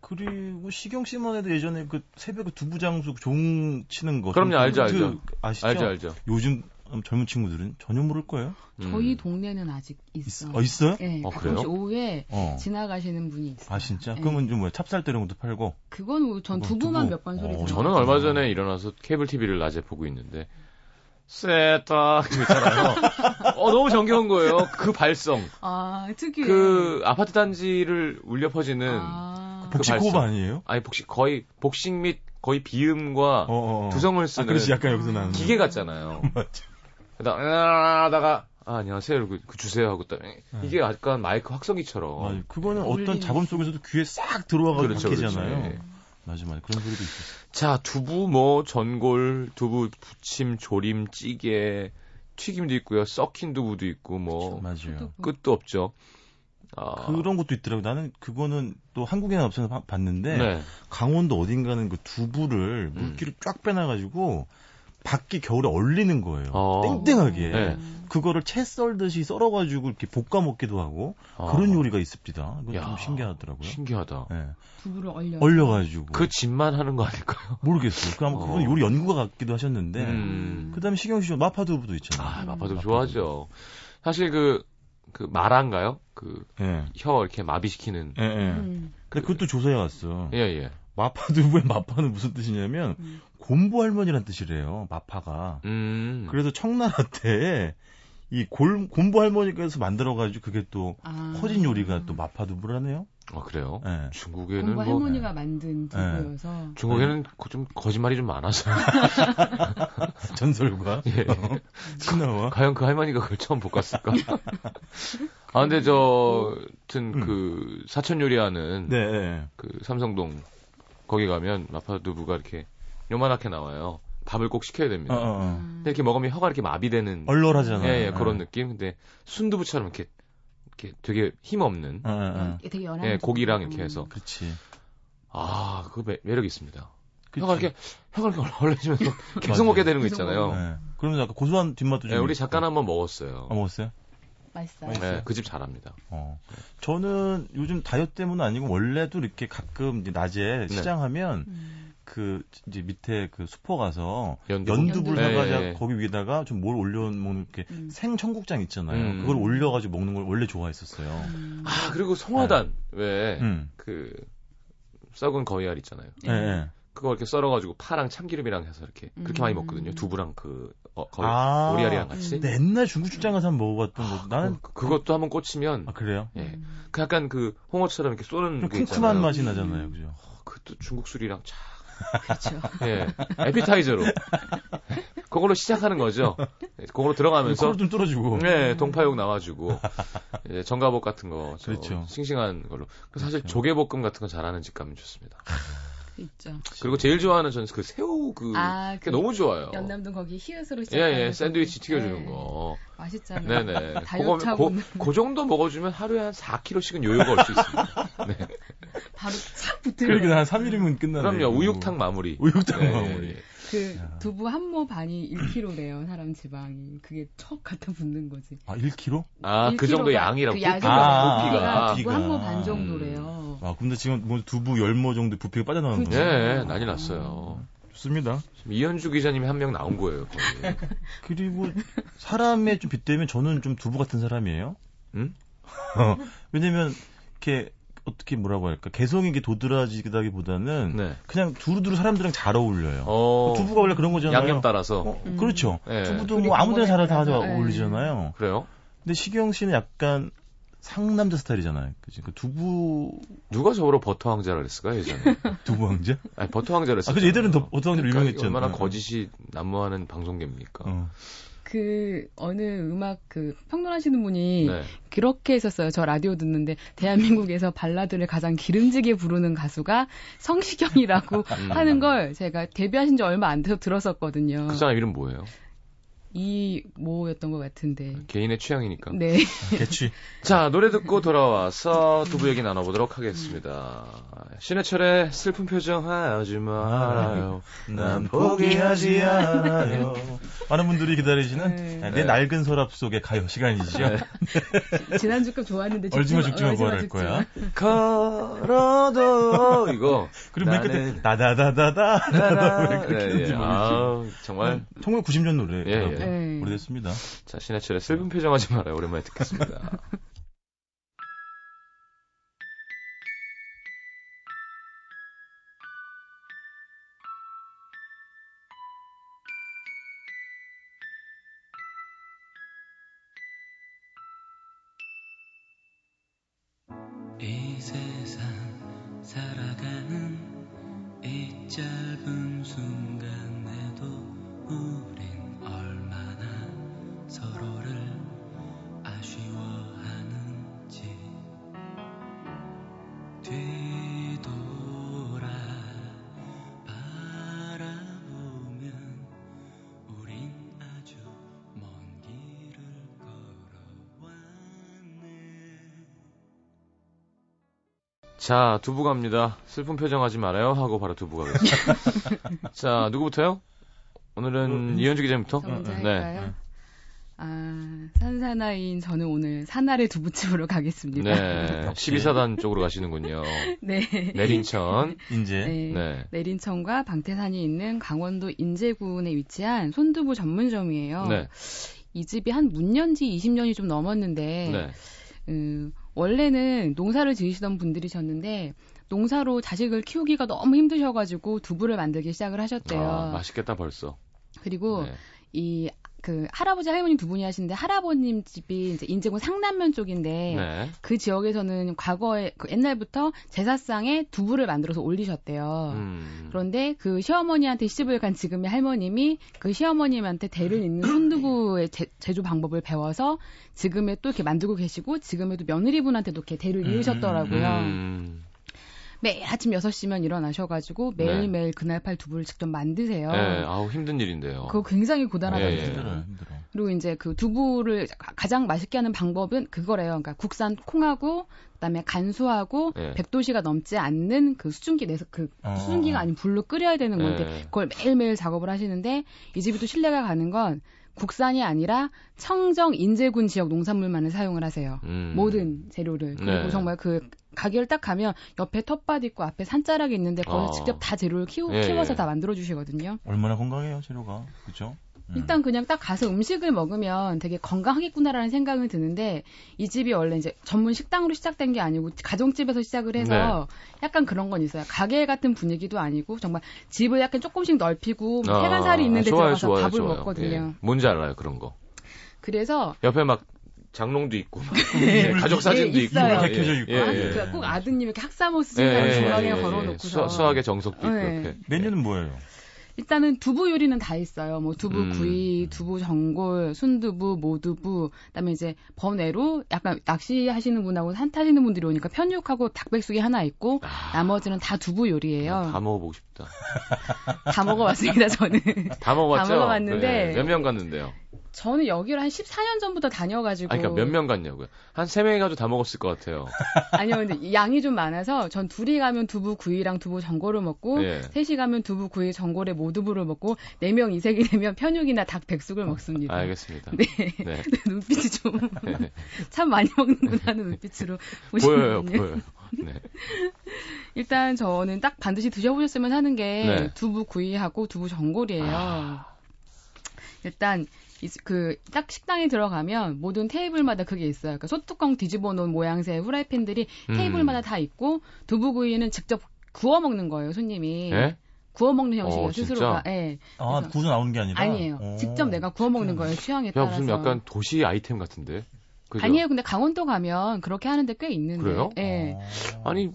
Speaker 2: 그리고 시경 씨만 해도 예전에 그 새벽에 두부장수 종 치는 거.
Speaker 1: 그럼요, 알죠, 알죠.
Speaker 2: 그 아시죠?
Speaker 1: 알죠, 알죠.
Speaker 2: 요즘 젊은 친구들은 전혀 모를 거예요.
Speaker 1: 음.
Speaker 3: 저희 동네는 아직 있어요.
Speaker 2: 있, 어, 있어요?
Speaker 3: 네,
Speaker 1: 어,
Speaker 3: 가끔씩
Speaker 1: 그래요?
Speaker 3: 오후에
Speaker 2: 어.
Speaker 3: 지나가시는 분이 있어요.
Speaker 2: 아 진짜?
Speaker 3: 네.
Speaker 2: 그러면 좀 뭐야? 찹쌀 때는 것도 팔고.
Speaker 3: 그건 우- 전
Speaker 2: 그거
Speaker 3: 두부만
Speaker 2: 두부.
Speaker 3: 몇 번 소리
Speaker 2: 어,
Speaker 3: 들어요.
Speaker 1: 저는 얼마 전에 일어나서 케이블 TV를 낮에 보고 있는데 쎄다 그랬잖아요. 어 너무 정겨운 거예요. 그 발성,
Speaker 3: 아 특유의
Speaker 1: 그 아파트 단지를 울려 퍼지는
Speaker 3: 아,
Speaker 1: 그
Speaker 2: 복식
Speaker 1: 발성.
Speaker 2: 호흡 아니에요?
Speaker 1: 아니 복식 거의 복식 및 거의 비음과
Speaker 2: 어, 어, 어.
Speaker 1: 두성을
Speaker 2: 아,
Speaker 1: 쓰는
Speaker 2: 그렇지. 약간 음. 여기서 나는.
Speaker 1: 기계 같잖아요.
Speaker 2: 맞아.
Speaker 1: 그러다 하다가 아, 안녕하세요. 이러고 그 주세요 하고 딱
Speaker 2: 네.
Speaker 1: 이게 약간 마이크
Speaker 2: 맞아.
Speaker 1: 확성기처럼
Speaker 2: 그거는 어떤
Speaker 3: 울리는
Speaker 2: 잡음 속에서도 귀에 싹 들어와가지고
Speaker 1: 그렇죠,
Speaker 2: 바뀌잖아요.
Speaker 1: 그렇죠. 예.
Speaker 2: 맞아, 맞아. 그런 소리도 있었어.
Speaker 1: 자 두부 뭐 전골 두부 부침 조림 찌개 튀김도 있고요 썩힌 두부도 있고 뭐
Speaker 2: 맞아요.
Speaker 1: 끝도 없죠. 아,
Speaker 2: 그런 것도 있더라고. 나는 그거는 또 한국에는 없어서 봐- 봤는데
Speaker 1: 네. 음.
Speaker 2: 강원도 어딘가는 그 두부를 물기를 쫙 빼놔가지고 밖에 겨울에 얼리는 거예요.
Speaker 1: 어.
Speaker 2: 땡땡하게.
Speaker 1: 네.
Speaker 2: 그거를 채 썰듯이 썰어가지고 이렇게 볶아 먹기도 하고
Speaker 1: 아,
Speaker 2: 그런 요리가 있습니다. 그건
Speaker 1: 야.
Speaker 2: 좀 신기하더라고요.
Speaker 1: 신기하다.
Speaker 2: 예.
Speaker 3: 두부를 얼려.
Speaker 2: 얼려가지고
Speaker 1: 그 집만 하는 거 아닐까요?
Speaker 2: 모르겠어요. 그 아마
Speaker 1: 어.
Speaker 2: 그건 요리 연구가 같기도 하셨는데
Speaker 1: 음.
Speaker 2: 네. 그다음에 식용 씨좀 마파두부도 있잖아요.
Speaker 1: 아 마파두부
Speaker 2: 마파두부.
Speaker 1: 좋아하죠. 사실 그 그 마라인가요? 그
Speaker 2: 예.
Speaker 1: 혀 이렇게 마비시키는
Speaker 2: 예, 예.
Speaker 3: 음.
Speaker 2: 근데 그것도 조사해 왔어.
Speaker 1: 예 예.
Speaker 2: 마파두부의 마파는 무슨 뜻이냐면
Speaker 3: 음.
Speaker 2: 곰보 할머니란 뜻이래요. 마파가.
Speaker 1: 음.
Speaker 2: 그래서 청나라 때이 골, 곰보 할머니께서 만들어가지고 그게 또
Speaker 3: 아.
Speaker 2: 퍼진 요리가 또 마파두부라네요.
Speaker 1: 아 그래요?
Speaker 2: 예.
Speaker 1: 중국에는
Speaker 3: 공부
Speaker 1: 뭐 네.
Speaker 3: 할머니가 만든 두부여서
Speaker 1: 중국에는 거- 좀 거짓말이 좀 많아서
Speaker 2: 전설과
Speaker 1: 예.
Speaker 2: 어, 신화와
Speaker 1: 과연 그 할머니가 그걸 처음 볶았을까? 아 근데 저, 하여튼 그 사천 요리하는
Speaker 2: 음. 네, 네.
Speaker 1: 그 삼성동 거기 가면 마파두부가 이렇게 요만하게 나와요. 밥을 꼭 시켜야
Speaker 2: 어,
Speaker 1: 됩니다.
Speaker 2: 어, 어.
Speaker 3: 아.
Speaker 1: 근데 이렇게 먹으면 혀가 이렇게 마비되는
Speaker 2: 얼얼하잖아요. 네.
Speaker 1: 예, 예, 그런 느낌. 근데 순두부처럼 이렇게 이렇게 되게 힘 없는
Speaker 2: 어, 어, 어.
Speaker 3: 아, 되게 연한
Speaker 1: 예,
Speaker 3: 두부.
Speaker 1: 고기랑 이렇게
Speaker 3: 음.
Speaker 1: 해서
Speaker 2: 그렇지.
Speaker 1: 아, 그 매, 매력 있습니다.
Speaker 2: 그치.
Speaker 1: 혀가 그러니까 이렇게 혀가 이렇게 얼얼해지면서 계속
Speaker 2: 맞아요.
Speaker 1: 먹게 되는 거
Speaker 3: 계속
Speaker 1: 있잖아요.
Speaker 2: 예. 그러면서 약간 고소한 뒷맛도
Speaker 1: 예,
Speaker 2: 좀.
Speaker 1: 우리
Speaker 2: 있고.
Speaker 1: 작가는 한번 먹었어요.
Speaker 2: 아, 먹었어요?
Speaker 3: 맛있어요.
Speaker 2: 맛있어요.
Speaker 1: 예, 그 집 잘합니다.
Speaker 2: 어.
Speaker 1: 네.
Speaker 2: 저는 요즘 다이어트 때문은 아니고 원래도 이렇게 가끔 이제
Speaker 1: 네.
Speaker 2: 낮에 시장하면
Speaker 3: 음.
Speaker 2: 그 이제 밑에 그 슈퍼 가서
Speaker 1: 연두부.
Speaker 2: 연두불
Speaker 1: 예,
Speaker 2: 사가지고
Speaker 1: 예, 예.
Speaker 2: 거기 위에다가 좀 뭘 올려 먹는 이렇게
Speaker 3: 음.
Speaker 2: 생 청국장 있잖아요.
Speaker 1: 음.
Speaker 2: 그걸 올려가지고 먹는 걸 원래 좋아했었어요.
Speaker 3: 음.
Speaker 1: 아, 그리고 송화단. 왜?
Speaker 2: 음.
Speaker 1: 그 썩은 거위알 있잖아요.
Speaker 2: 예,
Speaker 3: 음.
Speaker 2: 예.
Speaker 1: 그거 이렇게 썰어 가지고 파랑 참기름이랑 해서 이렇게 그렇게 많이 먹거든요. 두부랑 그 어, 거위
Speaker 2: 아.
Speaker 1: 오리알이랑 같이.
Speaker 2: 근데 옛날 중국 출장 가서 한번 먹어봤던 거. 나는
Speaker 1: 그- 그것도 한번 꽂히면
Speaker 2: 아 그래요?
Speaker 1: 예. 그 약간 그 홍어처럼 이렇게 쏘는
Speaker 2: 좀
Speaker 1: 게
Speaker 2: 쿰쿰한
Speaker 1: 있잖아요.
Speaker 2: 맛이 나잖아요, 그죠?
Speaker 1: 어, 그것도 중국 술이랑 참
Speaker 3: 그렇죠.
Speaker 1: 예. 에피타이저로. 그걸로 시작하는 거죠. 예, 그걸로 들어가면서
Speaker 2: 코를 좀 뚫어주고.
Speaker 1: 네, 동파육 나와주고 이제 정가복 같은 거 저,
Speaker 2: 그렇죠.
Speaker 1: 싱싱한 걸로. 그 사실
Speaker 2: 그렇죠.
Speaker 1: 조개볶음 같은 거 잘하는 집 가면 좋습니다.
Speaker 3: 있죠.
Speaker 2: 그렇죠.
Speaker 1: 그리고 제일 좋아하는 저는 그 새우 그
Speaker 3: 아,
Speaker 1: 그게 너무 좋아요.
Speaker 3: 연남동 거기 히읗으로
Speaker 1: 예,
Speaker 3: 시작하는
Speaker 1: 예,
Speaker 3: 거기.
Speaker 1: 샌드위치 튀겨주는
Speaker 3: 네,
Speaker 1: 거.
Speaker 3: 맛있잖아요.
Speaker 1: 네네. 그거,
Speaker 3: 다이어트하고
Speaker 1: 고,
Speaker 3: 있는.
Speaker 1: 그 정도 먹어주면 하루에 한 4kg씩은 요요가 올 수 있습니다.
Speaker 3: 바로 착
Speaker 2: 그러니까
Speaker 3: 붙어요.
Speaker 2: 한 3일이면 끝나네.
Speaker 1: 그럼요,
Speaker 2: 이거.
Speaker 1: 우육탕 마무리.
Speaker 2: 우육탕
Speaker 1: 예, 예,
Speaker 2: 마무리.
Speaker 1: 예.
Speaker 3: 그 두부 한 모 반이 1kg래요. 사람 지방이. 그게 척 갖다 붙는 거지.
Speaker 2: 아, 1kg?
Speaker 1: 아, 그
Speaker 3: 1kg 가
Speaker 1: 정도 양이라고.
Speaker 3: 그 양이
Speaker 2: 아,
Speaker 1: 고기가.
Speaker 2: 아,
Speaker 3: 두부 한 모 반
Speaker 2: 고기가.
Speaker 3: 정도래요.
Speaker 1: 음.
Speaker 2: 아, 근데 지금 뭐 두부 열모 정도 부피가 빠져나오는
Speaker 3: 그죠.
Speaker 1: 예,
Speaker 2: 거예요.
Speaker 1: 예, 난리 났어요.
Speaker 2: 좋습니다.
Speaker 1: 지금 이현주 기자님이 한 명 나온 거예요, 거의.
Speaker 2: 그리고 사람의 좀 빗대면 저는 좀 두부 같은 사람이에요.
Speaker 1: 음?
Speaker 2: 어, 왜냐면 이렇게 어떻게 뭐라고 할까 개성이 이게 도드라지다기보다는
Speaker 1: 네.
Speaker 2: 그냥 두루두루 사람들이랑 잘 어울려요. 뭐
Speaker 1: 어,
Speaker 2: 두부가 원래 그런 거잖아요.
Speaker 1: 양념 따라서.
Speaker 2: 어,
Speaker 3: 음.
Speaker 2: 그렇죠.
Speaker 1: 예.
Speaker 2: 두부도
Speaker 3: 둘이
Speaker 2: 뭐 아무데나 잘
Speaker 3: 공원에
Speaker 2: 다
Speaker 3: 가서, 예.
Speaker 2: 어울리잖아요.
Speaker 1: 그래요?
Speaker 2: 근데 시경 씨는 약간 상남자 스타일이잖아요. 그치? 그 두부
Speaker 1: 누가 저보러 버터 황제라 그랬을까, 예전에?
Speaker 2: 두부 왕자?
Speaker 1: 아니, 버터 황제라 했어.
Speaker 2: 아, 그래서 얘들은 더 버터 황제로 유명했잖아.
Speaker 1: 얼마나 거짓이 난무하는 방송계입니까?
Speaker 2: 어.
Speaker 3: 그 어느 음악 그 평론하시는 분이
Speaker 1: 네.
Speaker 3: 그렇게 했었어요. 저 라디오 듣는데 대한민국에서 발라드를 가장 기름지게 부르는 가수가 성시경이라고
Speaker 1: 음.
Speaker 3: 하는 걸 제가 데뷔하신 지 얼마 안 돼서 들었었거든요.
Speaker 1: 그 사람 이름 뭐예요?
Speaker 3: 이 뭐였던 것 같은데.
Speaker 1: 개인의 취향이니까.
Speaker 3: 네.
Speaker 2: 개취.
Speaker 1: 자, 노래 듣고 돌아와서 두부 얘기 나눠보도록 하겠습니다. 신해철의 슬픈 표정 하지 말아요.
Speaker 2: 난 포기하지 않아요. 많은 분들이 기다리시는
Speaker 3: 네.
Speaker 2: 내
Speaker 1: 네.
Speaker 2: 낡은 서랍 속의 가요 시간이시죠.
Speaker 3: 지난주급 좋았는데
Speaker 2: 네. 얼지마 죽지마 뭐할 거야.
Speaker 1: 걸어도 이거.
Speaker 2: 그리고 맨 끝에
Speaker 1: 나는-
Speaker 2: 나다다다다 나다다
Speaker 1: 네,
Speaker 2: 그렇게 네.
Speaker 1: 예. 아, 정말.
Speaker 2: 정말 90년 노래
Speaker 1: 예, 예.
Speaker 3: 네.
Speaker 2: 오래됐습니다.
Speaker 1: 자, 신해철의 슬픈 표정 하지 말아요. 오랜만에 듣겠습니다.
Speaker 4: 이 세상 살아가는 이 짧은 순간에도 우린 얼마나 서로를 아쉬워하는지 뒤돌아 바라보면 우린 아주 먼 길을 걸어왔네
Speaker 1: 자, 두부 갑니다. 슬픈 표정 하지 말아요. 하고 바로 두부 가겠습니다. 자, 누구부터요? 오늘은
Speaker 2: 음,
Speaker 1: 이현주 기자님부터?
Speaker 3: 저 먼저
Speaker 2: 응,
Speaker 3: 할까요?
Speaker 1: 음,
Speaker 3: 아, 산사나인 저는 오늘 산알의 두부집으로 가겠습니다.
Speaker 1: 네.
Speaker 2: 역시.
Speaker 1: 12사단 쪽으로 가시는군요.
Speaker 3: 네.
Speaker 1: 내린천.
Speaker 2: 이제
Speaker 3: 네.
Speaker 1: 네.
Speaker 3: 내린천과 방태산이 있는 강원도 인제군에 위치한 손두부 전문점이에요.
Speaker 1: 네.
Speaker 3: 이 집이 한 문년지 20년이 좀 넘었는데
Speaker 1: 네.
Speaker 3: 음, 원래는 농사를 지으시던 분들이셨는데 농사로 자식을 키우기가 너무 힘드셔가지고 두부를 만들기 시작을 하셨대요.
Speaker 1: 아, 맛있겠다 벌써.
Speaker 3: 그리고
Speaker 1: 네.
Speaker 3: 이 그 할아버지 할머니 두 분이 하시는데 할아버님 집이 이제 인제군 상남면 쪽인데
Speaker 1: 네.
Speaker 3: 그 지역에서는 과거에 그 옛날부터 제사상에 두부를 만들어서 올리셨대요.
Speaker 1: 음.
Speaker 3: 그런데 그 시어머니한테 시집을 간 지금의 할머님이 그 시어머님한테 대를 잇는 순두부의 제, 제조 방법을 배워서 지금의 또 이렇게 만들고 계시고 지금에도 며느리분한테도 이렇게 대를
Speaker 2: 음,
Speaker 3: 이으셨더라고요.
Speaker 1: 음.
Speaker 3: 매일 아침 6시면 일어나셔가지고 매일매일 그날 팔 두부를 직접 만드세요.
Speaker 1: 네. 아우 힘든 일인데요.
Speaker 3: 그거 굉장히 고단하거든요.
Speaker 1: 예, 예.
Speaker 2: 힘들어요 힘들어.
Speaker 3: 그리고 이제 그 두부를 가- 가장 맛있게 하는 방법은 그거래요. 그러니까 국산 콩하고 그다음에 간수하고
Speaker 1: 예.
Speaker 3: 100도씨가 넘지 않는 그 수증기 내서 그
Speaker 2: 어.
Speaker 3: 수증기가 아닌 불로 끓여야 되는 건데
Speaker 1: 예.
Speaker 3: 그걸 매일매일 작업을 하시는데 이 집이 또 신뢰가 가는 건 국산이 아니라 청정 인제군 지역 농산물만을 사용을 하세요.
Speaker 1: 음.
Speaker 3: 모든 재료를 그리고
Speaker 1: 네.
Speaker 3: 정말 그 가게를 딱 가면 옆에 텃밭 있고 앞에 산자락이 있는데 거기서
Speaker 1: 아.
Speaker 3: 직접 다 재료를 키우,
Speaker 1: 예,
Speaker 3: 키워서
Speaker 1: 예.
Speaker 3: 다 만들어 주시거든요.
Speaker 2: 얼마나 건강해요 재료가 그죠? 음.
Speaker 3: 일단 그냥 딱 가서 음식을 먹으면 되게 건강하겠구나라는 생각은 드는데 이 집이 원래 이제 전문 식당으로 시작된 게 아니고 가정집에서 시작을 해서
Speaker 1: 네.
Speaker 3: 약간 그런 건 있어요. 가게 같은 분위기도 아니고 정말 집을 약간 조금씩 넓히고 뭐
Speaker 1: 아,
Speaker 3: 해간살이 있는데
Speaker 1: 좋아요,
Speaker 3: 들어가서
Speaker 1: 좋아요,
Speaker 3: 밥을
Speaker 1: 좋아요.
Speaker 3: 먹거든요.
Speaker 1: 예. 뭔지 알아요 그런 거.
Speaker 3: 그래서
Speaker 1: 옆에 막 장롱도 있고 막 예, 가족 사진도
Speaker 3: 예,
Speaker 1: 있고
Speaker 3: 있어요.
Speaker 1: 막,
Speaker 2: 이렇게 켜져 있고.
Speaker 3: 아,
Speaker 2: 예.
Speaker 3: 그러니까 꼭 아드님 이렇게 학사모스
Speaker 1: 예,
Speaker 3: 신발
Speaker 1: 예,
Speaker 3: 주방에
Speaker 1: 예, 예.
Speaker 3: 걸어놓고서
Speaker 1: 수, 수학의 정석도 있고
Speaker 3: 예.
Speaker 1: 이렇게.
Speaker 2: 메뉴는 뭐예요?
Speaker 3: 일단은 두부 요리는 다 있어요. 뭐 두부
Speaker 1: 음.
Speaker 3: 구이, 두부 전골, 순두부, 모두부. 그다음에 이제 번외로 약간 낚시하시는 분하고 산 타시는 분들이 오니까 편육하고 닭백숙이 하나 있고 나머지는 다 두부 요리예요.
Speaker 1: 네. 아, 다 먹어보고 아, 싶다.
Speaker 3: 다 먹어봤습니다 저는.
Speaker 1: 다 먹어봤죠? 네,
Speaker 3: 다 먹어봤는데.
Speaker 1: 몇 명 갔는데요?
Speaker 3: 저는 여기를 한 14년 전부터 다녀가지고.
Speaker 1: 아니, 그러니까 몇 명 갔냐고요? 한 세명이 가도 다 먹었을 것 같아요.
Speaker 3: 아니요, 근데 양이 좀 많아서 전 둘이 가면 두부 구이랑 두부 전골을 먹고
Speaker 1: 예.
Speaker 3: 셋이 가면 두부 구이 전골에 모두부를 먹고 네 명 이색이 되면 편육이나 닭 백숙을 먹습니다.
Speaker 1: 알겠습니다. 네.
Speaker 3: 눈빛이 좀
Speaker 1: 네.
Speaker 3: 참 많이 먹는구나 하는 눈빛으로
Speaker 1: 보여요,
Speaker 3: 보시면요.
Speaker 1: 보여요. 네.
Speaker 3: 일단 저는 딱 반드시 드셔보셨으면 하는 게
Speaker 1: 네.
Speaker 3: 두부 구이하고 두부 전골이에요.
Speaker 1: 아.
Speaker 3: 일단 그 딱 식당에 들어가면 모든 테이블마다 그게 있어요. 그러니까 소뚜껑 뒤집어 놓은 모양새의 후라이팬들이
Speaker 1: 음.
Speaker 3: 테이블마다 다 있고 두부 구이는 직접 구워 먹는 거예요, 손님이.
Speaker 1: 예?
Speaker 3: 구워 먹는 형식이에요,
Speaker 1: 어, 진짜?
Speaker 3: 스스로가. 예.
Speaker 2: 아,
Speaker 3: 그래서-
Speaker 2: 구조 나오는 게 아니라?
Speaker 3: 아니에요.
Speaker 2: 어.
Speaker 3: 직접 내가 구워 먹는 거예요, 취향에
Speaker 1: 야,
Speaker 3: 따라서.
Speaker 1: 무슨 약간 도시 아이템 같은데? 그죠?
Speaker 3: 아니에요. 근데 강원도 가면 그렇게 하는데 꽤 있는데.
Speaker 1: 그래요?
Speaker 3: 예.
Speaker 2: 어.
Speaker 1: 아니,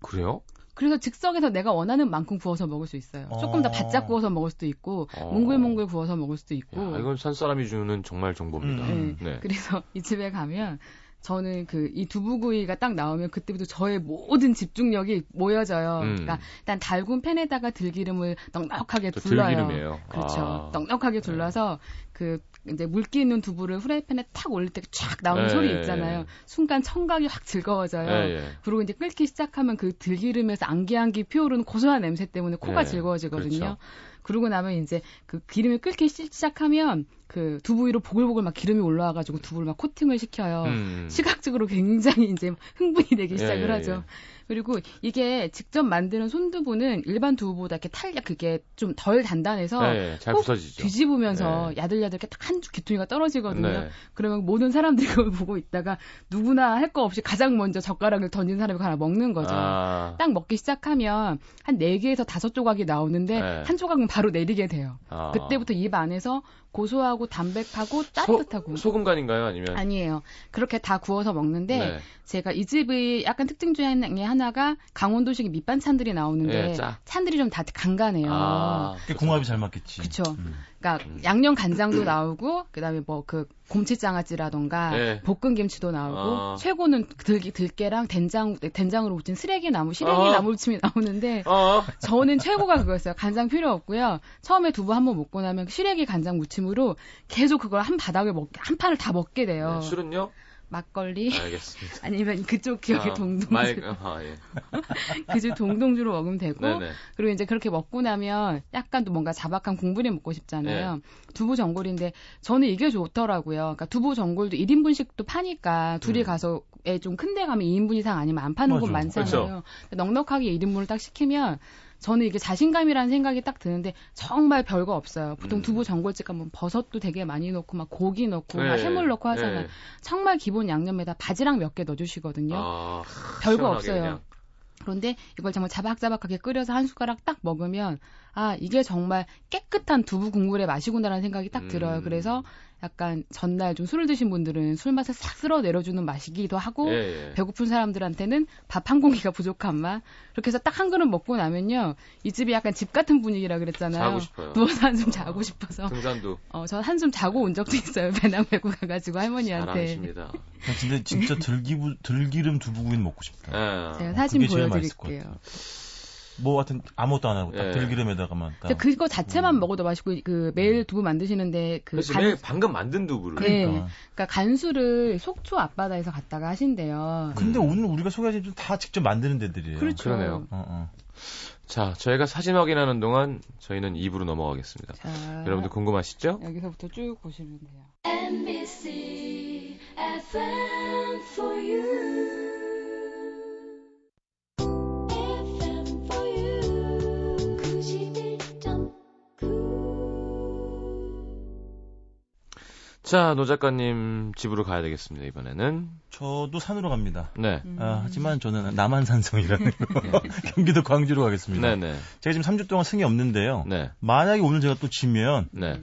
Speaker 1: 그래요?
Speaker 3: 그래서 즉석에서 내가 원하는 만큼 구워서 먹을 수 있어요. 조금 더 바짝 구워서 먹을 수도 있고
Speaker 1: 어.
Speaker 3: 몽글몽글 구워서 먹을 수도 있고. 예.
Speaker 1: 야, 이건 산 사람이 주는 정말 정보입니다.
Speaker 2: 음,
Speaker 1: 네.
Speaker 3: 그래서 이 집에 가면 저는 그 이 두부구이가 딱 나오면 그때부터 저의 모든 집중력이 모여져요.
Speaker 1: 음.
Speaker 3: 그러니까 일단 달군 팬에다가 들기름을 넉넉하게
Speaker 1: 저
Speaker 3: 둘러요.
Speaker 1: 들기름이에요.
Speaker 3: 그렇죠.
Speaker 1: 아. 네.
Speaker 3: 넉넉하게 둘러서 그 이제 물기 있는 두부를 후라이팬에 탁 올릴 때 쫙 나오는
Speaker 1: 예,
Speaker 3: 소리
Speaker 1: 예, 예.
Speaker 3: 있잖아요. 순간 청각이 확 즐거워져요.
Speaker 1: 예, 예.
Speaker 3: 그리고 이제 끓기 시작하면 그 들기름에서 안기안기 피오르는 고소한 냄새 때문에 코가
Speaker 1: 네,
Speaker 3: 즐거워지거든요.
Speaker 1: 그렇죠.
Speaker 3: 그러고 나면 이제 그 기름이 끓기 시- 시작하면 그 두부 위로 보글보글 막 기름이 올라와가지고 두부를 막 코팅을 시켜요.
Speaker 1: 음.
Speaker 3: 시각적으로 굉장히 이제 흥분이 되기
Speaker 1: 예,
Speaker 3: 시작을
Speaker 1: 예, 예.
Speaker 3: 하죠. 그리고 이게 직접 만드는 손두부는 일반 두부보다 이렇게 탄력 그게 좀 덜 단단해서
Speaker 1: 네, 잘
Speaker 3: 꼭
Speaker 1: 부서지죠. 네.
Speaker 3: 뒤집으면서 야들야들 이렇게 딱 한 줄 귀퉁이가 떨어지거든요. 그러면 모든 사람들이 그걸 보고 있다가 누구나 할 거 없이 가장 먼저 젓가락을 던진 사람이 하나 먹는 거죠.
Speaker 1: 아,
Speaker 3: 딱 먹기 시작하면 한 4개에서 5조각이 나오는데
Speaker 1: 네.
Speaker 3: 한 조각은 바로 내리게 돼요.
Speaker 1: 아.
Speaker 3: 그때부터 입 안에서 고소하고 담백하고 따뜻하고
Speaker 1: 소금 간인가요? 아니면?
Speaker 3: 아니에요. 그렇게 다 구워서 먹는데
Speaker 1: 네.
Speaker 3: 제가 이 집의 약간 특징 중에 하나가 강원도식 밑반찬들이 나오는데
Speaker 1: 예, 짜.
Speaker 3: 찬들이 좀 다 간간해요.
Speaker 1: 아,
Speaker 2: 그게 궁합이 잘 맞겠지.
Speaker 3: 그쵸.
Speaker 2: 음.
Speaker 3: 그러니까
Speaker 1: 음.
Speaker 3: 양념 간장도 나오고 그다음에 뭐 그 곰치장아찌라던가
Speaker 1: 예.
Speaker 3: 볶은 김치도 나오고
Speaker 1: 아.
Speaker 3: 최고는 들기 들깨랑 된장 된장으로 무친 쓰레기 나물 시래기
Speaker 1: 아.
Speaker 3: 나물 침이 나오는데
Speaker 1: 어,
Speaker 3: 저는 최고가 그거였어요. 간장 필요 없고요. 처음에 두부 한번 먹고 나면 시래기 간장 무침으로 계속 그걸 한 바닥을 먹, 한 판을 다 먹게 돼요.
Speaker 1: 네, 술은요?
Speaker 3: 막걸리
Speaker 1: 알겠습니다.
Speaker 3: 아니면 그쪽 기억의
Speaker 1: 아,
Speaker 3: 동동주,
Speaker 1: 말- 아, 예.
Speaker 3: 그쪽 동동주로 먹으면 되고
Speaker 1: 네네.
Speaker 3: 그리고 이제 그렇게 먹고 나면 약간 또 뭔가 자박한 공분이 먹고 싶잖아요.
Speaker 1: 예.
Speaker 3: 두부 전골인데 저는 이게 좋더라고요. 그러니까 두부 전골도 1인분씩도 파니까 둘이
Speaker 1: 음.
Speaker 3: 가서 좀 큰 데 가면 2인분 이상 아니면 안 파는 곳
Speaker 2: 맞아.
Speaker 1: 그렇죠.
Speaker 3: 많잖아요. 그러니까 넉넉하게 1인분을 딱 시키면 저는 이게 자신감이라는 생각이 딱 드는데 정말 별거 없어요. 보통
Speaker 1: 음.
Speaker 3: 두부 전골집 가면 버섯도 되게 많이 넣고 막 고기 넣고 막
Speaker 1: 네,
Speaker 3: 해물 넣고 하잖아요.
Speaker 1: 네.
Speaker 3: 정말 기본 양념에다 바지락 몇 개 넣어주시거든요.
Speaker 1: 아,
Speaker 3: 별거
Speaker 1: 시원하게
Speaker 3: 없어요.
Speaker 1: 그냥.
Speaker 3: 그런데 이걸 정말 자박자박하게 끓여서 한 숟가락 딱 먹으면 아 이게 정말 깨끗한 두부 국물의 맛이구나라는 생각이 딱 들어요.
Speaker 1: 음.
Speaker 3: 그래서 약간 전날 좀 술을 드신 분들은 술 맛을 싹 쓸어 내려주는 맛이기도 하고
Speaker 1: 예, 예.
Speaker 3: 배고픈 사람들한테는 밥 한 공기가 부족한 맛. 그렇게 해서 딱 한 그릇 먹고 나면요 이 집이 약간 집 같은 분위기라
Speaker 1: 자고
Speaker 3: 그랬잖아요.
Speaker 1: 싶어요.
Speaker 3: 누워서 한숨
Speaker 1: 어.
Speaker 3: 자고 싶어서
Speaker 1: 등산도
Speaker 3: 어, 전 한숨 자고 온 적도 있어요. 배낭 메고 가가지고 할머니한테
Speaker 1: 잘하십니다.
Speaker 2: 나 아, 근데 진짜 들기부, 들기름 두부구이는 먹고 싶다.
Speaker 3: 제가
Speaker 1: 예.
Speaker 3: 아, 사진
Speaker 2: 그게 제일 맛있을 것
Speaker 3: 보여드릴게요.
Speaker 2: 뭐 하여튼 아무것도 안 하고 딱
Speaker 1: 예.
Speaker 2: 들기름에다가만 딱.
Speaker 3: 근데 그거 자체만
Speaker 2: 음.
Speaker 3: 먹어도 맛있고 그 매일 두부 만드시는데 그
Speaker 1: 그렇지,
Speaker 3: 간,
Speaker 1: 매일 방금 만든 두부를.
Speaker 3: 네. 그러니까 간수를 속초 앞바다에서 갔다가 하신대요.
Speaker 2: 근데 오늘 우리가 소개해준 데다 직접 만드는 데들이에요.
Speaker 3: 음. 그렇죠.
Speaker 1: 그러네요.
Speaker 2: 어, 어.
Speaker 1: 자, 저희가 사진 확인하는 동안 저희는 2부로 넘어가겠습니다.
Speaker 3: 자,
Speaker 1: 여러분들 궁금하시죠?
Speaker 3: 여기서부터 쭉 보시면 돼요.
Speaker 5: NBC FM for you. FM for you. 91.9.
Speaker 1: 자, 노 작가님 집으로 가야 되겠습니다, 이번에는.
Speaker 2: 저도 산으로 갑니다.
Speaker 1: 네.
Speaker 3: 음. 네.
Speaker 2: 아, 하지만 저는 남한산성이라는 거. 경기도 광주로
Speaker 3: 음.
Speaker 2: 가겠습니다.
Speaker 1: 네네.
Speaker 2: 제가 지금 3주 동안 승이 없는데요.
Speaker 1: 네.
Speaker 2: 만약에 오늘 제가 또 지면
Speaker 3: 음.
Speaker 1: 네.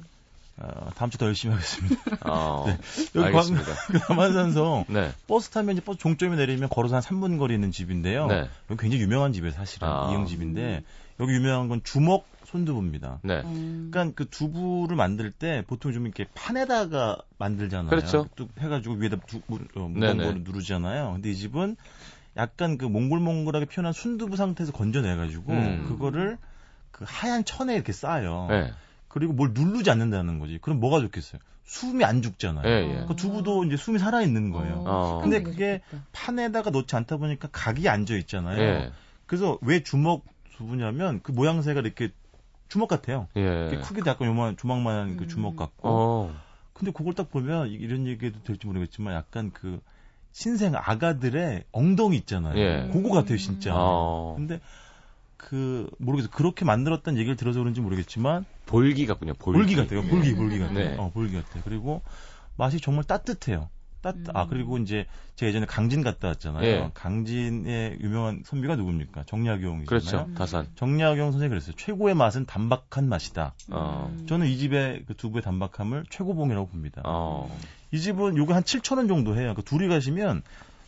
Speaker 2: 어, 다음 주 더 열심히 하겠습니다.
Speaker 1: 어,
Speaker 2: 네. 여기 광,
Speaker 1: 알겠습니다.
Speaker 2: 남한산성
Speaker 1: 네.
Speaker 2: 버스 타면 이제 버스 종점에 내리면 걸어서 한 3분 거리 있는 집인데요.
Speaker 1: 네.
Speaker 2: 여기 굉장히 유명한 집이에요, 사실은.
Speaker 1: 아.
Speaker 2: 이형 집인데 여기 유명한 건 주먹 손두부입니다.
Speaker 1: 네.
Speaker 3: 음.
Speaker 2: 그러니까 그 두부를 만들 때 보통 좀 이렇게 판에다가 만들잖아요.
Speaker 1: 그렇죠.
Speaker 2: 뚝 해가지고 위에다 두- 무- 어,
Speaker 1: 네네.
Speaker 2: 무거운 거를 누르잖아요. 근데 이 집은 약간 그 몽글몽글하게 피어난 순두부 상태에서 건져내가지고
Speaker 1: 음.
Speaker 2: 그거를 그 하얀 천에 이렇게 싸요.
Speaker 1: 예.
Speaker 2: 그리고 뭘 누르지 않는다는 거지. 그럼 뭐가 좋겠어요? 숨이 안 죽잖아요.
Speaker 1: 예, 예.
Speaker 2: 그 두부도 이제 숨이 살아 있는 거예요.
Speaker 1: 어.
Speaker 2: 근데
Speaker 3: 식감도
Speaker 2: 그게
Speaker 3: 좋겠다.
Speaker 2: 판에다가 넣지 않다 보니까 각이 앉아 있잖아요.
Speaker 1: 예.
Speaker 2: 그래서 왜 주먹 두부냐면 그 모양새가 이렇게 주먹 같아요.
Speaker 1: 예.
Speaker 2: 이렇게 크기도 약간 요만 조망만한 그
Speaker 3: 음.
Speaker 2: 주먹 같고.
Speaker 1: 어.
Speaker 2: 근데 그걸 딱 보면 이- 이런 얘기도 될지 모르겠지만 약간 그 신생 아가들의 엉덩이 있잖아요.
Speaker 1: 예.
Speaker 2: 그거 같아요 진짜.
Speaker 1: 어.
Speaker 2: 근데 그 모르겠어요. 그렇게 만들었다는 얘기를 들어서 그런지 모르겠지만
Speaker 1: 볼기 같군요. 볼기.
Speaker 2: 볼기 같아요. 볼기, 볼기 같아요.
Speaker 1: 네.
Speaker 2: 어, 볼기 같아요. 그리고 맛이 정말 따뜻해요. 따, 아,
Speaker 3: 음.
Speaker 2: 그리고 이제 제가 예전에 강진 갔다 왔잖아요.
Speaker 1: 예.
Speaker 2: 강진의 유명한 선비가 누굽니까? 정약용이잖아요.
Speaker 1: 그렇죠.
Speaker 3: 음.
Speaker 1: 다산.
Speaker 2: 정약용 선생님이 그랬어요. 최고의 맛은 담백한 맛이다.
Speaker 1: 어.
Speaker 3: 음.
Speaker 2: 저는 이 집의 그 두부의 담백함을 최고봉이라고 봅니다.
Speaker 1: 어.
Speaker 2: 이 집은 요게 한 7,000원 정도 해요. 그 둘이 가시면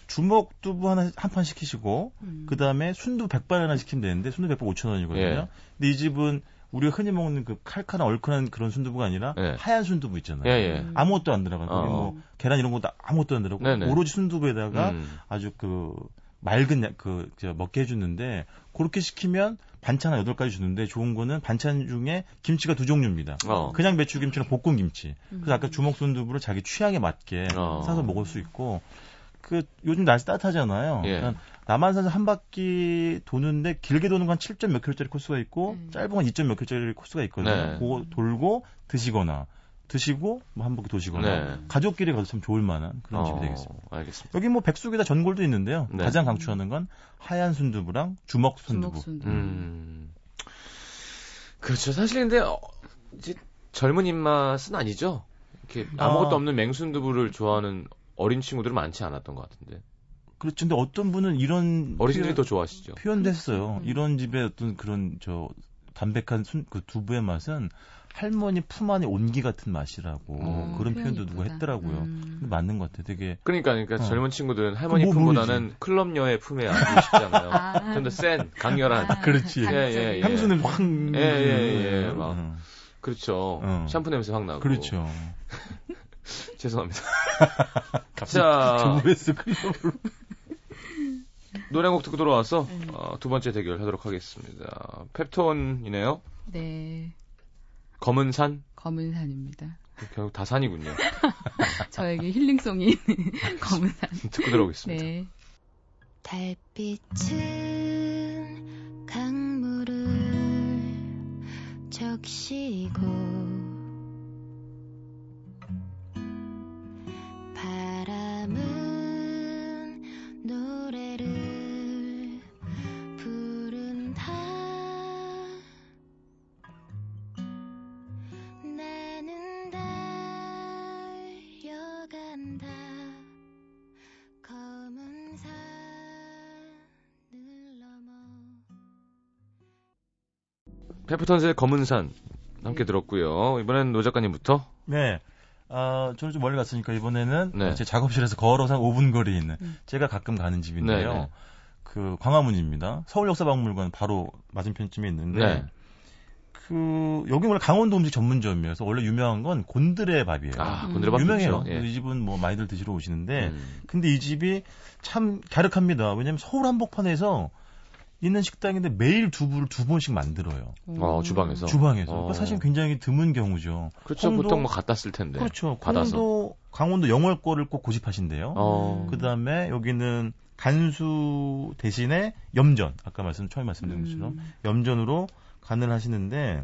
Speaker 2: 주먹 두부 하나 한 판 시키시고
Speaker 3: 음.
Speaker 2: 그 다음에 순두 백발 하나 시키면 되는데 순두 백발 5천 원이거든요.
Speaker 1: 예.
Speaker 2: 근데 이 집은 우리가 흔히 먹는 그 칼칼한 얼큰한 그런 순두부가 아니라
Speaker 1: 예.
Speaker 2: 하얀 순두부 있잖아요.
Speaker 1: 예, 예.
Speaker 2: 아무것도 안 들어가요. 거기
Speaker 1: 어.
Speaker 3: 음.
Speaker 2: 뭐 계란 이런 거다 아무것도 안 들어가고
Speaker 1: 네네.
Speaker 2: 오로지 순두부에다가
Speaker 1: 음.
Speaker 2: 아주 그 맑은 야- 그 저, 먹게 해주는데 그렇게 시키면 반찬 한 여덟 가지 주는데 좋은 거는 반찬 중에 김치가 두 종류입니다.
Speaker 1: 어.
Speaker 2: 그냥 배추김치랑 볶음김치. 그래서 아까 주먹 순두부를 자기 취향에 맞게
Speaker 1: 어.
Speaker 2: 사서 먹을 수 있고 그 요즘 날씨 따뜻하잖아요.
Speaker 1: 예.
Speaker 2: 그러니까 남한산에서 한 바퀴 도는데 길게 도는 건 7점 몇 킬로짜리 코스가 있고
Speaker 3: 음.
Speaker 2: 짧은 건 2점 몇 킬로짜리 코스가 있거든요.
Speaker 1: 네.
Speaker 2: 그거 돌고 드시거나 드시고 뭐 한 바퀴 도시거나
Speaker 1: 네.
Speaker 2: 가족끼리 가도 참 좋을 만한 그런 집이 되겠습니다.
Speaker 1: 어, 알겠습니다.
Speaker 2: 여기 뭐 백숙이다 전골도 있는데요.
Speaker 1: 네.
Speaker 2: 가장 강추하는 건 하얀 순두부랑 주먹 순두부.
Speaker 3: 주먹 순두부.
Speaker 1: 음. 그렇죠. 사실 근데 어, 이제 젊은 입맛은 아니죠. 이렇게 아무것도
Speaker 2: 아.
Speaker 1: 없는 맹순두부를 좋아하는 어린 친구들은 많지 않았던 것 같은데
Speaker 2: 그렇죠. 근데 어떤 분은 이런
Speaker 1: 어르신들이
Speaker 2: 표현-
Speaker 1: 더 좋아하시죠.
Speaker 2: 표현도 했어요.
Speaker 3: 음.
Speaker 2: 이런 집의 어떤 그런 저 담백한 순, 그 두부의 맛은 할머니 품 안의 온기 같은 맛이라고
Speaker 1: 어,
Speaker 2: 그런
Speaker 3: 음. 표현이
Speaker 2: 표현도 누가
Speaker 3: 이쁘다.
Speaker 2: 했더라고요.
Speaker 3: 음.
Speaker 2: 근데 맞는 것 같아요. 되게
Speaker 1: 그러니까 그러니까
Speaker 2: 어.
Speaker 1: 젊은 친구들은 할머니
Speaker 2: 뭐
Speaker 1: 품보다는 클럽 여의 품에 안기 쉽잖아요.
Speaker 3: 아.
Speaker 1: 좀 더 센 강렬한
Speaker 3: 아,
Speaker 2: 그렇지.
Speaker 1: 예, 예, 예.
Speaker 2: 향수는 확.
Speaker 1: 예, 예, 예, 막.
Speaker 2: 음,
Speaker 1: 그렇죠.
Speaker 2: 어.
Speaker 1: 샴푸 냄새 확 나고.
Speaker 2: 그렇죠.
Speaker 1: 죄송합니다. 자
Speaker 2: 두부에서 클럽을.
Speaker 1: 노래 한 곡 듣고 돌아와서
Speaker 2: 네.
Speaker 3: 음.
Speaker 1: 어, 두 번째 대결 하도록 하겠습니다. 펩톤이네요.
Speaker 3: 네.
Speaker 1: 검은 산
Speaker 3: 검은 산입니다.
Speaker 1: 결국 다 산이군요.
Speaker 3: 저에게 힐링송이 검은 산.
Speaker 1: 듣고 들어오겠습니다.
Speaker 3: 네.
Speaker 5: 달빛은 강물을 적시고 바람은 노래를 부른다 나는 달려간다 검은 산을 넘어
Speaker 2: 네.
Speaker 1: 페퍼턴스의 검은 산 함께 들었고요. 이번엔 노 작가님부터.
Speaker 2: 네. 아, 저는 좀 멀리 갔으니까 이번에는
Speaker 1: 네.
Speaker 2: 제 작업실에서 걸어서 한 5분 거리에 있는
Speaker 3: 음.
Speaker 2: 제가 가끔 가는
Speaker 1: 네,
Speaker 2: 집인데요.
Speaker 1: 네.
Speaker 2: 그 광화문입니다. 서울역사박물관 바로 맞은편쯤에 있는데
Speaker 1: 네.
Speaker 2: 그 여기 원래 강원도 음식 전문점이어서 원래 유명한 건 곤드레 밥이에요.
Speaker 1: 아,
Speaker 3: 음.
Speaker 1: 곤드레밥
Speaker 2: 유명해요.
Speaker 1: 좋죠. 예.
Speaker 2: 그래서 이 집은 뭐 많이들 드시러 오시는데
Speaker 1: 음.
Speaker 2: 근데 이 집이 참 갸륵합니다. 왜냐면 서울 한복판에서 있는 식당인데 매일 두부를 두 번씩 만들어요.
Speaker 1: 어, 주방에서.
Speaker 2: 주방에서.
Speaker 1: 어.
Speaker 2: 그러니까 사실 굉장히 드문 경우죠.
Speaker 1: 그렇죠.
Speaker 2: 홍도-
Speaker 1: 보통 뭐 갖다 쓸 텐데.
Speaker 2: 그렇죠.
Speaker 1: 받아서.
Speaker 2: 강원도 강원도 영월 거를 꼭 고집하신대요.
Speaker 1: 어.
Speaker 3: 그-
Speaker 2: 그다음에 여기는 간수 대신에 염전. 아까 말씀 처음에 말씀드린 것처럼 염전으로 간을 하시는데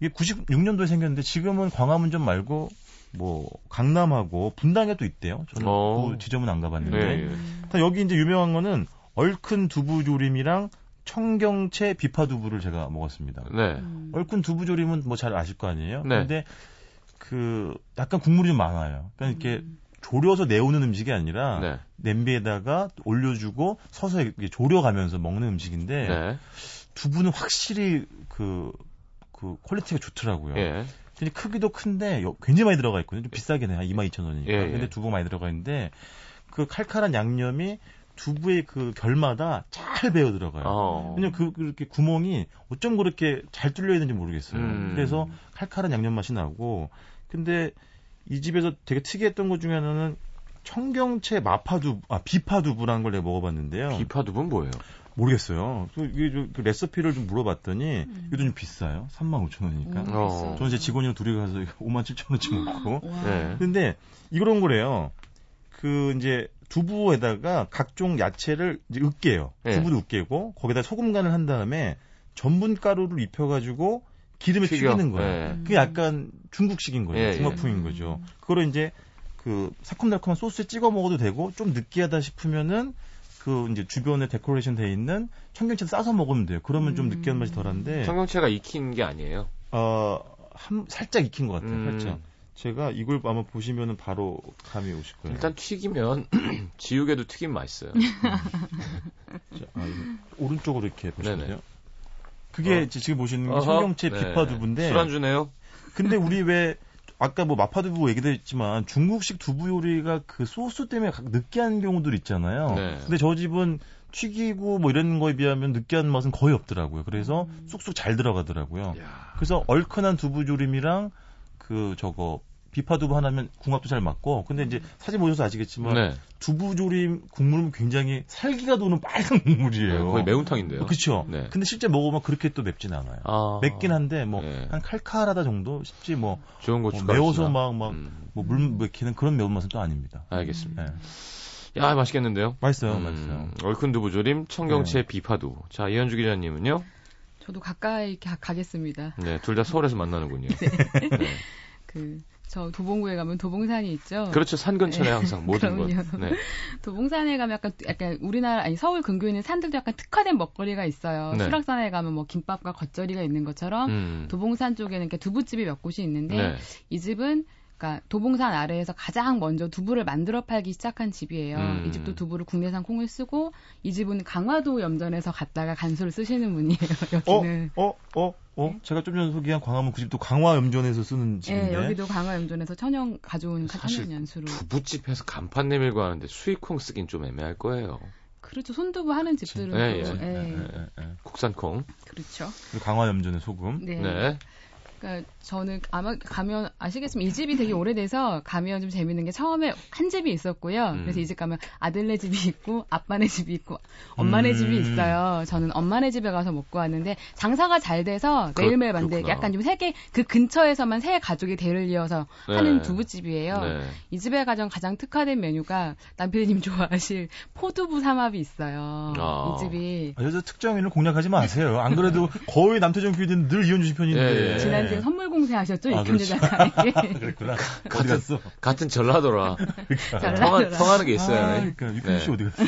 Speaker 2: 이게 96년도에 생겼는데 지금은 광화문점 말고 뭐 강남하고 분당에 또 있대요. 저는
Speaker 1: 어.
Speaker 2: 그 지점은 안 가봤는데.
Speaker 1: 네.
Speaker 2: 일단 여기 이제 유명한 거는 얼큰 두부 조림이랑 청경채 비파 두부를 제가 먹었습니다.
Speaker 1: 네.
Speaker 2: 얼큰 두부 조림은 뭐 잘 아실 거 아니에요.
Speaker 1: 네.
Speaker 2: 근데 그 약간 국물이 좀 많아요. 그러니까 이렇게 졸여서 내오는 음식이 아니라
Speaker 1: 네.
Speaker 2: 냄비에다가 올려주고 서서 이렇게 졸여가면서 먹는 음식인데
Speaker 1: 네.
Speaker 2: 두부는 확실히 그, 그 퀄리티가 좋더라고요. 네.
Speaker 1: 예.
Speaker 2: 근데 크기도 큰데 여- 굉장히 많이 들어가 있거든요. 좀 비싸긴 해요. 2만 2천 원이니까.
Speaker 1: 예, 예.
Speaker 2: 근데 두부 많이 들어가 있는데 그 칼칼한 양념이 두부의 그 결마다 잘 배어 들어가요.
Speaker 1: 어.
Speaker 2: 그냥 그 그렇게 구멍이 어쩜 그렇게 잘 뚫려 있는지 모르겠어요.
Speaker 1: 음.
Speaker 2: 그래서 칼칼한 양념 맛이 나고 근데 이 집에서 되게 특이했던 것 중에 하나는 청경채 마파두부 아 비파두부라는 걸 내가 먹어봤는데요.
Speaker 1: 비파두부는 뭐예요?
Speaker 2: 모르겠어요. 그 이게 좀그 레시피를 좀 물어봤더니
Speaker 3: 음.
Speaker 2: 이거 좀 비싸요. 35,000원이니까.
Speaker 1: 음. 어.
Speaker 2: 그러니까 저는 제 직원이랑 둘이 가서 57,000원치 먹고.
Speaker 3: 와.
Speaker 1: 네.
Speaker 2: 근데 이런 거래요. 그 이제 두부에다가 각종 야채를 이제 으깨요.
Speaker 1: 예.
Speaker 2: 두부도 으깨고 거기다 소금 간을 한 다음에 전분 가루를 입혀 가지고 기름에
Speaker 1: 튀겨.
Speaker 2: 튀기는 거예요.
Speaker 1: 예.
Speaker 2: 그게 약간 중국식인 거예요.
Speaker 1: 예, 예.
Speaker 2: 중화풍인 거죠. 그거를 이제 그 새콤달콤한 소스에 찍어 먹어도 되고 좀 느끼하다 싶으면은 그 이제 주변에 데코레이션 돼 있는 청경채 싸서 먹으면 돼요. 그러면 좀
Speaker 3: 음.
Speaker 2: 느끼한 맛이 덜한데
Speaker 1: 청경채가 익힌 게 아니에요.
Speaker 2: 어한 살짝 익힌 것 같아요.
Speaker 1: 음.
Speaker 2: 살짝. 제가 이걸 아마 보시면은 바로 감이 오실 거예요.
Speaker 1: 일단 튀기면 지우개도 튀김 맛있어요.
Speaker 2: 음, 자, 아, 이거 오른쪽으로 이렇게 보시면
Speaker 1: 네네.
Speaker 2: 돼요. 그게
Speaker 1: 어.
Speaker 2: 이제 지금 보시는 게
Speaker 1: 어허.
Speaker 2: 청경채
Speaker 1: 네.
Speaker 2: 비파두부인데
Speaker 1: 술안주네요.
Speaker 2: 근데 우리 왜 아까 뭐 마파두부 얘기도 했지만 중국식 두부 요리가 그 소스 때문에 각 느끼한 경우들 있잖아요.
Speaker 1: 네.
Speaker 2: 근데 저 집은 튀기고 뭐 이런 거에 비하면 느끼한 맛은 거의 없더라고요. 그래서 쑥쑥 잘 들어가더라고요.
Speaker 1: 음. 야.
Speaker 2: 그래서 얼큰한 두부 조림이랑 그 저거 비파두부 하나면 궁합도 잘 맞고 근데 이제 사진 보셔서 아시겠지만
Speaker 1: 음. 네.
Speaker 2: 두부 조림 국물은 굉장히 살기가 도는 빨간
Speaker 1: 네,
Speaker 2: 국물이에요.
Speaker 1: 거의 매운탕인데요.
Speaker 2: 그렇죠.
Speaker 1: 네.
Speaker 2: 근데 실제 먹으면 그렇게 또 맵진 않아요.
Speaker 1: 아.
Speaker 2: 맵긴 한데 뭐 한
Speaker 1: 네.
Speaker 2: 칼칼하다 정도 싶지 뭐
Speaker 1: 좋은
Speaker 2: 뭐
Speaker 1: 고추
Speaker 2: 매워서 막 막뭐 물
Speaker 1: 음,
Speaker 2: 맥히는 그런 매운맛은 또 아닙니다.
Speaker 1: 알겠습니다.
Speaker 2: 예.
Speaker 1: 야 맛있겠는데요.
Speaker 2: 맛있어요,
Speaker 1: 음,
Speaker 2: 맛있어요. 네.
Speaker 1: 얼큰 두부조림, 청경채 비파두부. 자 이현주 기자님은요.
Speaker 3: 저도 가까이 가, 가겠습니다.
Speaker 1: 네, 둘 다 서울에서 만나는군요. 네.
Speaker 3: 그 저 도봉구에 가면 도봉산이 있죠.
Speaker 1: 그렇죠. 산 근처에
Speaker 2: 네.
Speaker 1: 항상 모든 것.
Speaker 3: 그럼요.
Speaker 1: 네.
Speaker 3: 도봉산에 가면 약간 약간 우리나라 아니 서울 근교에 있는 산들도 약간 특화된 먹거리가 있어요.
Speaker 1: 네.
Speaker 3: 수락산에 가면 뭐 김밥과 겉절이가 있는 것처럼
Speaker 1: 음.
Speaker 3: 도봉산 쪽에는 이렇게 두부집이 몇 곳이 있는데
Speaker 1: 네.
Speaker 3: 이 집은 그러니까 도봉산 아래에서 가장 먼저 두부를 만들어 팔기 시작한 집이에요.
Speaker 1: 음.
Speaker 3: 이 집도 두부를 국내산 콩을 쓰고 이 집은 강화도 염전에서 갔다가 간수를 쓰시는 분이에요.
Speaker 2: 어,
Speaker 3: 여기는
Speaker 2: 어, 어, 어. 제가 좀 전에 소개한 광화문 그 집도 강화염전에서 쓰는
Speaker 3: 네. 예,
Speaker 2: 집인데.
Speaker 3: 여기도 강화 염전에서 천연 가져온
Speaker 1: 사실
Speaker 3: 천연 연수로
Speaker 1: 두부집에서 간판 내밀고 하는데 수입콩 쓰긴 좀 애매할 거예요.
Speaker 3: 그렇죠. 손두부 하는 집들은
Speaker 1: 예,
Speaker 3: 또,
Speaker 1: 예.
Speaker 2: 예,
Speaker 3: 예,
Speaker 2: 예, 예.
Speaker 1: 국산콩.
Speaker 3: 그렇죠.
Speaker 2: 그리고 강화염전의 소금.
Speaker 3: 네.
Speaker 1: 네.
Speaker 3: 그러니까 저는 아마 가면 아시겠지만 이 집이 되게 오래돼서 가면 좀 재밌는 게 처음에 한 집이 있었고요.
Speaker 1: 음.
Speaker 3: 그래서 이 집 가면 아들네 집이 있고 아빠네 집이 있고 엄마네
Speaker 2: 음.
Speaker 3: 집이 있어요. 저는 엄마네 집에 가서 먹고 왔는데 장사가 잘 돼서 매일매일 만들게
Speaker 1: 그렇구나.
Speaker 3: 약간 좀 세계 그 근처에서만 세 가족이 대를 이어서 하는
Speaker 1: 네.
Speaker 3: 두부집이에요.
Speaker 1: 네.
Speaker 3: 이 집에 가장 가장 특화된 메뉴가 남편님 좋아하실 포두부 삼합이 있어요.
Speaker 1: 아.
Speaker 3: 이 집이
Speaker 2: 아, 여기서 특정인을 공략하지 마세요. 안 그래도 거의 남태정 PD는 늘 이혼주신 편인데.
Speaker 1: 네. 예, 예.
Speaker 3: 지난주에 선물 공세하셨죠?
Speaker 2: 아,
Speaker 3: 이
Speaker 2: 그렇죠.
Speaker 3: 편여자에게
Speaker 2: 그랬구나. 어디 갔어?
Speaker 1: 같은 전라도라
Speaker 3: 잘
Speaker 1: 통하,
Speaker 3: 나더라.
Speaker 1: 통하는 게 있어요.
Speaker 2: 아, 그러니까 유빈 씨
Speaker 1: 네.
Speaker 2: 어디 갔어?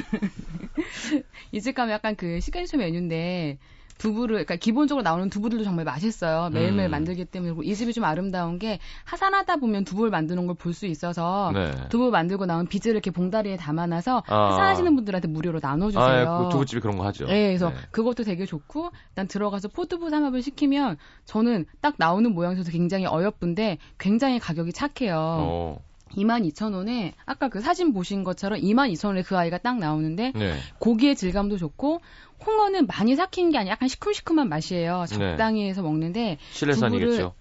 Speaker 3: 이 집 가면 약간 그 시그니처 메뉴인데 두부를 그러니까 기본적으로 나오는 두부들도 정말 맛있어요. 매일매일
Speaker 1: 음.
Speaker 3: 만들기 때문에 그리고 이 집이 좀 아름다운 게 하산하다 보면 두부를 만드는 걸 볼 수 있어서
Speaker 1: 네.
Speaker 3: 두부 만들고 나온 빚을 이렇게 봉다리에 담아놔서
Speaker 1: 아.
Speaker 3: 하산하시는 분들한테 무료로 나눠주세요.
Speaker 1: 아, 예, 그 두부집이 그런 거 하죠.
Speaker 3: 네, 그래서
Speaker 1: 네.
Speaker 3: 그것도 되게 좋고 일단 들어가서 포두부 삼합을 시키면 저는 딱 나오는 모양새도 굉장히 어여쁜데 굉장히 가격이 착해요.
Speaker 1: 어.
Speaker 3: 22,000원에 아까 그 사진 보신 것처럼 22,000원에 그 아이가 딱 나오는데
Speaker 1: 네.
Speaker 3: 고기의 질감도 좋고 홍어는 많이 삭힌 게 아니라 약간 시큼시큼한
Speaker 2: 네.
Speaker 3: 맛이에요. 적당히 해서 먹는데
Speaker 1: 실내산이겠죠.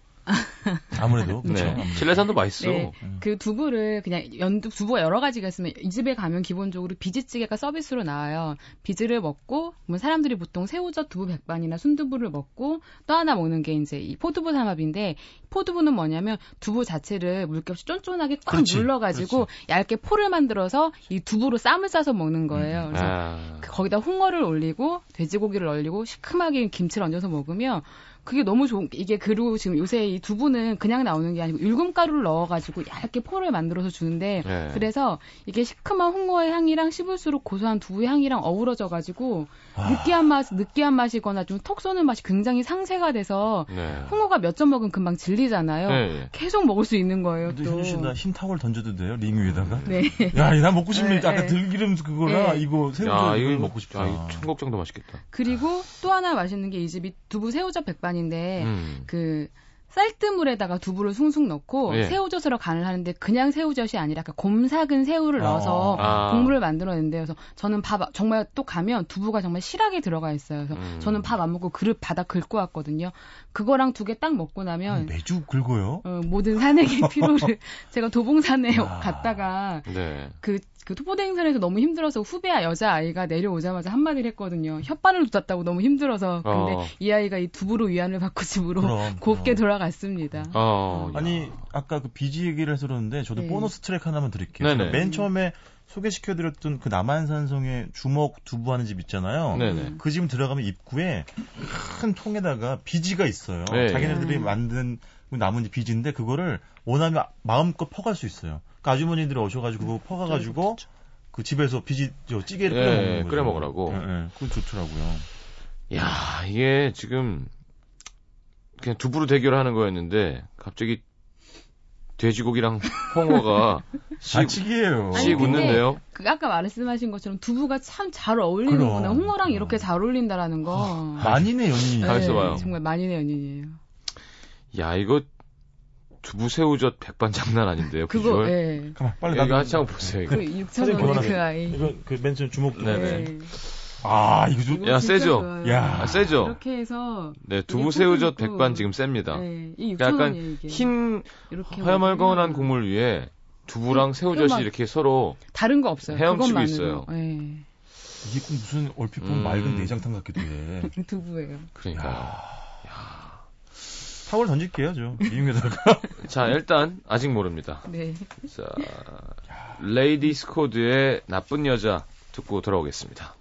Speaker 2: 아무래도. 그렇죠.
Speaker 1: 네. 실내산도 맛있어.
Speaker 3: 네. 그 두부를 그냥 연두 두부가 여러 가지가 있으면 이 집에 가면 기본적으로 비지찌개가 서비스로 나와요. 비지를 먹고 뭐 사람들이 보통 새우젓 두부 백반이나 순두부를 먹고 또 하나 먹는 게 이제 이 포두부 삼합인데 포두부는 뭐냐면 두부 자체를 물기 없이 쫀쫀하게 꽉
Speaker 2: 그렇지.
Speaker 3: 눌러가지고 얇게 포를 만들어서 이 두부로 쌈을 싸서 먹는 거예요. 그래서
Speaker 1: 아.
Speaker 3: 그- 거기다 홍어를 올리고 돼지고기를 올리고 시큼하게 김치를 얹어서 먹으면 그게 너무 좋은 게 이게 그리고 지금 요새 이 두부는 그냥 나오는 게 아니고 율금가루를 넣어가지고 얇게 포를 만들어서 주는데
Speaker 1: 네.
Speaker 3: 그래서 이게 시큼한 홍어의 향이랑 씹을수록 고소한 두부의 향이랑 어우러져가지고
Speaker 1: 아.
Speaker 3: 느끼한 맛 느끼한 맛이거나 좀 톡 쏘는 맛이 굉장히 상쇄가 돼서
Speaker 1: 네.
Speaker 3: 홍어가 몇 점 먹으면 금방 질리잖아요.
Speaker 1: 네.
Speaker 3: 계속 먹을 수 있는 거예요.
Speaker 2: 아, 근데
Speaker 3: 또.
Speaker 2: 현주 씨나 흰타월 던져도 돼요? 링 위에다가?
Speaker 3: 네.
Speaker 2: 야, 나 먹고 싶네.
Speaker 3: 네,
Speaker 2: 아까
Speaker 3: 네.
Speaker 2: 들기름 그거랑
Speaker 3: 네.
Speaker 2: 이거 새우젓
Speaker 1: 야,
Speaker 2: 이거
Speaker 1: 이거
Speaker 2: 먹고 싶다.
Speaker 1: 아, 이거 청국장도 맛있겠다.
Speaker 3: 네. 그리고 또 하나 맛있는 게 이 집이 두부 새우젓 백반인데
Speaker 1: 음.
Speaker 3: 그 쌀뜨물에다가 두부를 숭숭 넣고
Speaker 1: 예.
Speaker 3: 새우젓으로 간을 하는데 그냥 새우젓이 아니라 그 곰삭은 새우를
Speaker 2: 아.
Speaker 3: 넣어서
Speaker 1: 아.
Speaker 3: 국물을 만들어냈는데요. 그래서 저는 밥 정말 또 가면 두부가 정말 실하게 들어가 있어요. 그래서
Speaker 1: 음.
Speaker 3: 저는 밥 안 먹고 그릇 바닥 긁고 왔거든요. 그거랑 두 개 딱 먹고
Speaker 1: 음,
Speaker 3: 나면
Speaker 1: 네.
Speaker 2: 매주 긁어요.
Speaker 3: 어, 모든 산에게 피로를 제가 도봉산에
Speaker 2: 아.
Speaker 3: 갔다가
Speaker 1: 네.
Speaker 3: 그, 그 토포대 행선에서 너무 힘들어서 후배야 여자아이가 내려오자마자 한마디를 했거든요. 혓바늘 뒀다고 너무 힘들어서. 근데
Speaker 1: 어.
Speaker 3: 이 아이가 이 두부로 위안을 받고 집으로
Speaker 2: 그럼,
Speaker 3: 곱게
Speaker 2: 그럼.
Speaker 3: 돌아갔습니다. 음.
Speaker 1: 어.
Speaker 2: 아니 아까 그 비지 얘기를 해서 그러는데 저도
Speaker 3: 네.
Speaker 2: 보너스 트랙 하나만 드릴게요.
Speaker 1: 네네.
Speaker 2: 제가 맨 처음에 소개시켜드렸던 그 남한산성의 주먹 두부하는 집 있잖아요.
Speaker 3: 음.
Speaker 1: 네네.
Speaker 2: 그 집 들어가면 입구에 큰 통에다가 비지가 있어요.
Speaker 1: 네.
Speaker 2: 자기네들이
Speaker 3: 음.
Speaker 2: 만든 남은 비지인데 그거를 원하면 마음껏 퍼갈 수 있어요. 그러니까 아주머니들이 오셔가지고 그거 퍼가가지고
Speaker 3: 그렇죠.
Speaker 2: 그 집에서 비지 저 찌개를 끓여
Speaker 1: 예,
Speaker 2: 먹는 거예요.
Speaker 1: 끓여 먹으라고.
Speaker 2: 예, 예. 그거 좋더라고요.
Speaker 1: 야, 이게 지금 그냥 두부로 대결하는 거였는데 갑자기 돼지고기랑 홍어가 씩
Speaker 2: 아, 찌개예요.
Speaker 3: 아니,
Speaker 1: 씩
Speaker 3: 근데-
Speaker 1: 웃는데요.
Speaker 3: 그 아까 말씀하신 것처럼 두부가 참 잘 어울리는구나.
Speaker 2: 그럼.
Speaker 3: 홍어랑 이렇게 잘 어울린다라는 거.
Speaker 2: 만인의 연인이.
Speaker 1: 다 했어 봐요.
Speaker 3: 그 네, 정말 만인의 연인이에요.
Speaker 1: 야, 이거 두부 새우젓 백반 장난 아닌데요.
Speaker 3: 그거,
Speaker 1: 비주얼.
Speaker 3: 예.
Speaker 2: 가만 빨리
Speaker 1: 이거
Speaker 2: 나도-
Speaker 1: 한창 보세요. 이거.
Speaker 3: 그 6천
Speaker 2: 사진
Speaker 3: 원의
Speaker 2: 보관하세요.
Speaker 3: 그 아이.
Speaker 2: 이거 그맨 처음 주먹 두
Speaker 1: 네네.
Speaker 3: 예.
Speaker 2: 아 이거 좀
Speaker 3: 이거
Speaker 1: 야,
Speaker 3: 진짜
Speaker 1: 세죠?
Speaker 3: 좋아요.
Speaker 2: 야.
Speaker 1: 아, 세죠.
Speaker 3: 이렇게 해서
Speaker 1: 네,
Speaker 3: 이게
Speaker 1: 두부 새우젓
Speaker 3: 팬분이고.
Speaker 1: 백반 지금 셉니다. 그러니까
Speaker 3: 예, 이 6천
Speaker 1: 약간
Speaker 3: 원이에요, 이게.
Speaker 1: 흰
Speaker 3: 이렇게 그
Speaker 1: 하야말건한
Speaker 3: 먹으면.
Speaker 1: 국물 위에 두부랑 새우젓이
Speaker 3: 새우만-
Speaker 1: 이렇게 서로
Speaker 3: 다른 거 없어요.
Speaker 1: 헤엄치고
Speaker 3: 그것만으로.
Speaker 1: 있어요.
Speaker 3: 예.
Speaker 2: 이게 꼭 무슨 얼핏 보면
Speaker 1: 음.
Speaker 2: 맑은 내장탕 같기도 해.
Speaker 3: 두부예요.
Speaker 1: 그러니까요.
Speaker 2: 타월 던질게요, 저. 미용에다가.
Speaker 1: 자, 일단 아직 모릅니다.
Speaker 3: 네.
Speaker 1: 자, 레이디 스코드의 나쁜 여자 듣고 돌아오겠습니다.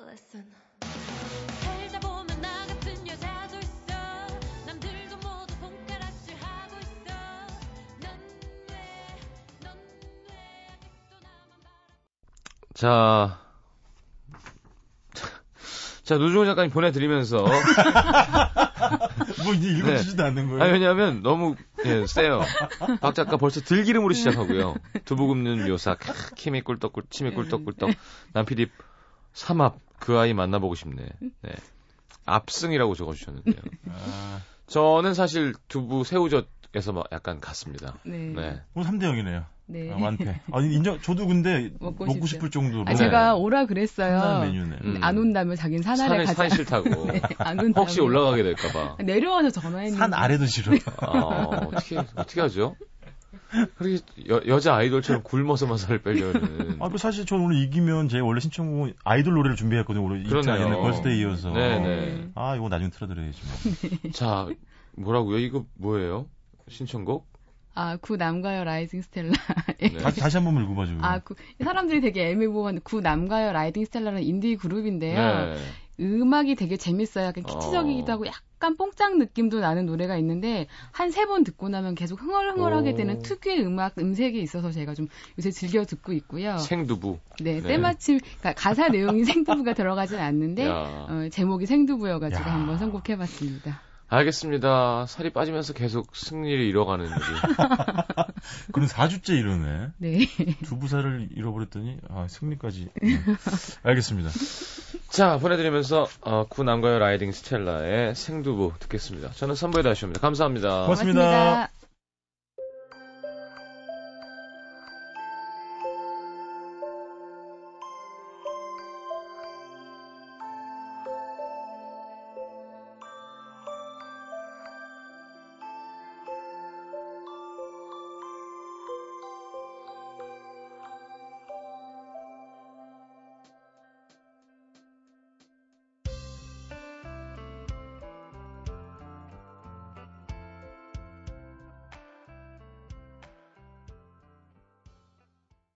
Speaker 5: Listen. 살다 보면 나 같은 여자도 있어. 남들도 모두 손가락질 하고 있어. 넌 왜, 넌 왜, 아직도 나만 봐.
Speaker 1: 자, 자, 노중호 작가님 보내드리면서.
Speaker 2: 뭐 이제 읽어주지도 않는 거예요.
Speaker 1: 아, 왜냐면 하 너무, 예, 세요. 박 작가 벌써 들기름으로 시작하고요. 두부 굽는 묘사, 캬, 키미 꿀떡꿀, 침이 꿀떡꿀떡. 남 PD 삼합, 그 아이 만나보고 싶네. 네. 압승이라고 적어주셨는데요.
Speaker 2: 아,
Speaker 1: 저는 사실 두부 새우젓에서 막 약간 갔습니다.
Speaker 3: 네.
Speaker 1: 네.
Speaker 2: 오늘 3대 0이네요.
Speaker 3: 네.
Speaker 2: 완패. 뭐 아니, 인정, 저도 근데
Speaker 3: 먹고
Speaker 2: 먹고,
Speaker 3: 싶죠.
Speaker 2: 싶을 정도로.
Speaker 3: 아, 제가 오라
Speaker 2: 한
Speaker 3: 그랬어요.
Speaker 2: 메뉴네.
Speaker 1: 음.
Speaker 3: 안 온다면 자긴
Speaker 1: 산에
Speaker 3: 산하를 가자.
Speaker 1: 산이 싫다고.
Speaker 3: 네, 안 온다면.
Speaker 1: 혹시 올라가게 될까봐.
Speaker 3: 내려와서 전화했는데.
Speaker 2: 산 아래도
Speaker 3: 네.
Speaker 2: 싫어.
Speaker 1: 아, 어떻게, 어떻게 하죠? 그렇게 여, 여자 아이돌처럼 굶어서만 살을 빼려는.
Speaker 2: 아, 그 사실 저는 오늘 이기면 제 원래 신청곡은 아이돌 노래를 준비했거든요. 오늘
Speaker 1: 그러네요.
Speaker 2: 입장 예능 걸스데이 이어서.
Speaker 3: 음.
Speaker 1: 네네.
Speaker 2: 아, 이거 나중에 틀어드려야지. 뭐.
Speaker 1: 자, 뭐라고요? 이거 뭐예요? 신청곡?
Speaker 3: 아, 구 남가요 라이징 스텔라.
Speaker 1: 네.
Speaker 2: 다시, 다시 한 번만 읽어봐줘.
Speaker 3: 아, 구, 사람들이 되게 애매모호한 구 남가요 라이징 스텔라는 인디 그룹인데요.
Speaker 1: 네.
Speaker 3: 음악이 되게 재밌어요. 약간
Speaker 1: 어.
Speaker 3: 키치적이기도 하고 약간 뽕짝 느낌도 나는 노래가 있는데 한 세 번 듣고 나면 계속 흥얼흥얼하게
Speaker 1: 오.
Speaker 3: 되는 특유의 음악 음색이 있어서 제가 좀 요새 즐겨 듣고 있고요.
Speaker 1: 생두부.
Speaker 3: 네,
Speaker 1: 네.
Speaker 3: 때마침 가- 가사 내용이 생두부가 들어가진 않는데
Speaker 1: 야.
Speaker 3: 어, 제목이 생두부여가지고
Speaker 2: 야.
Speaker 3: 한번 선곡해봤습니다.
Speaker 1: 알겠습니다. 살이 빠지면서 계속 승리를 잃어가는 우리.
Speaker 2: 그럼 4주째 이러네.
Speaker 3: 네,
Speaker 2: 두부살을 잃어버렸더니, 아, 승리까지. 네. 알겠습니다.
Speaker 1: 자, 보내드리면서 어, 구 남가요 라이딩 스텔라의 생두부 듣겠습니다. 저는 3부에 다시 옵니다. 감사합니다.
Speaker 2: 고맙습니다.
Speaker 3: 고맙습니다.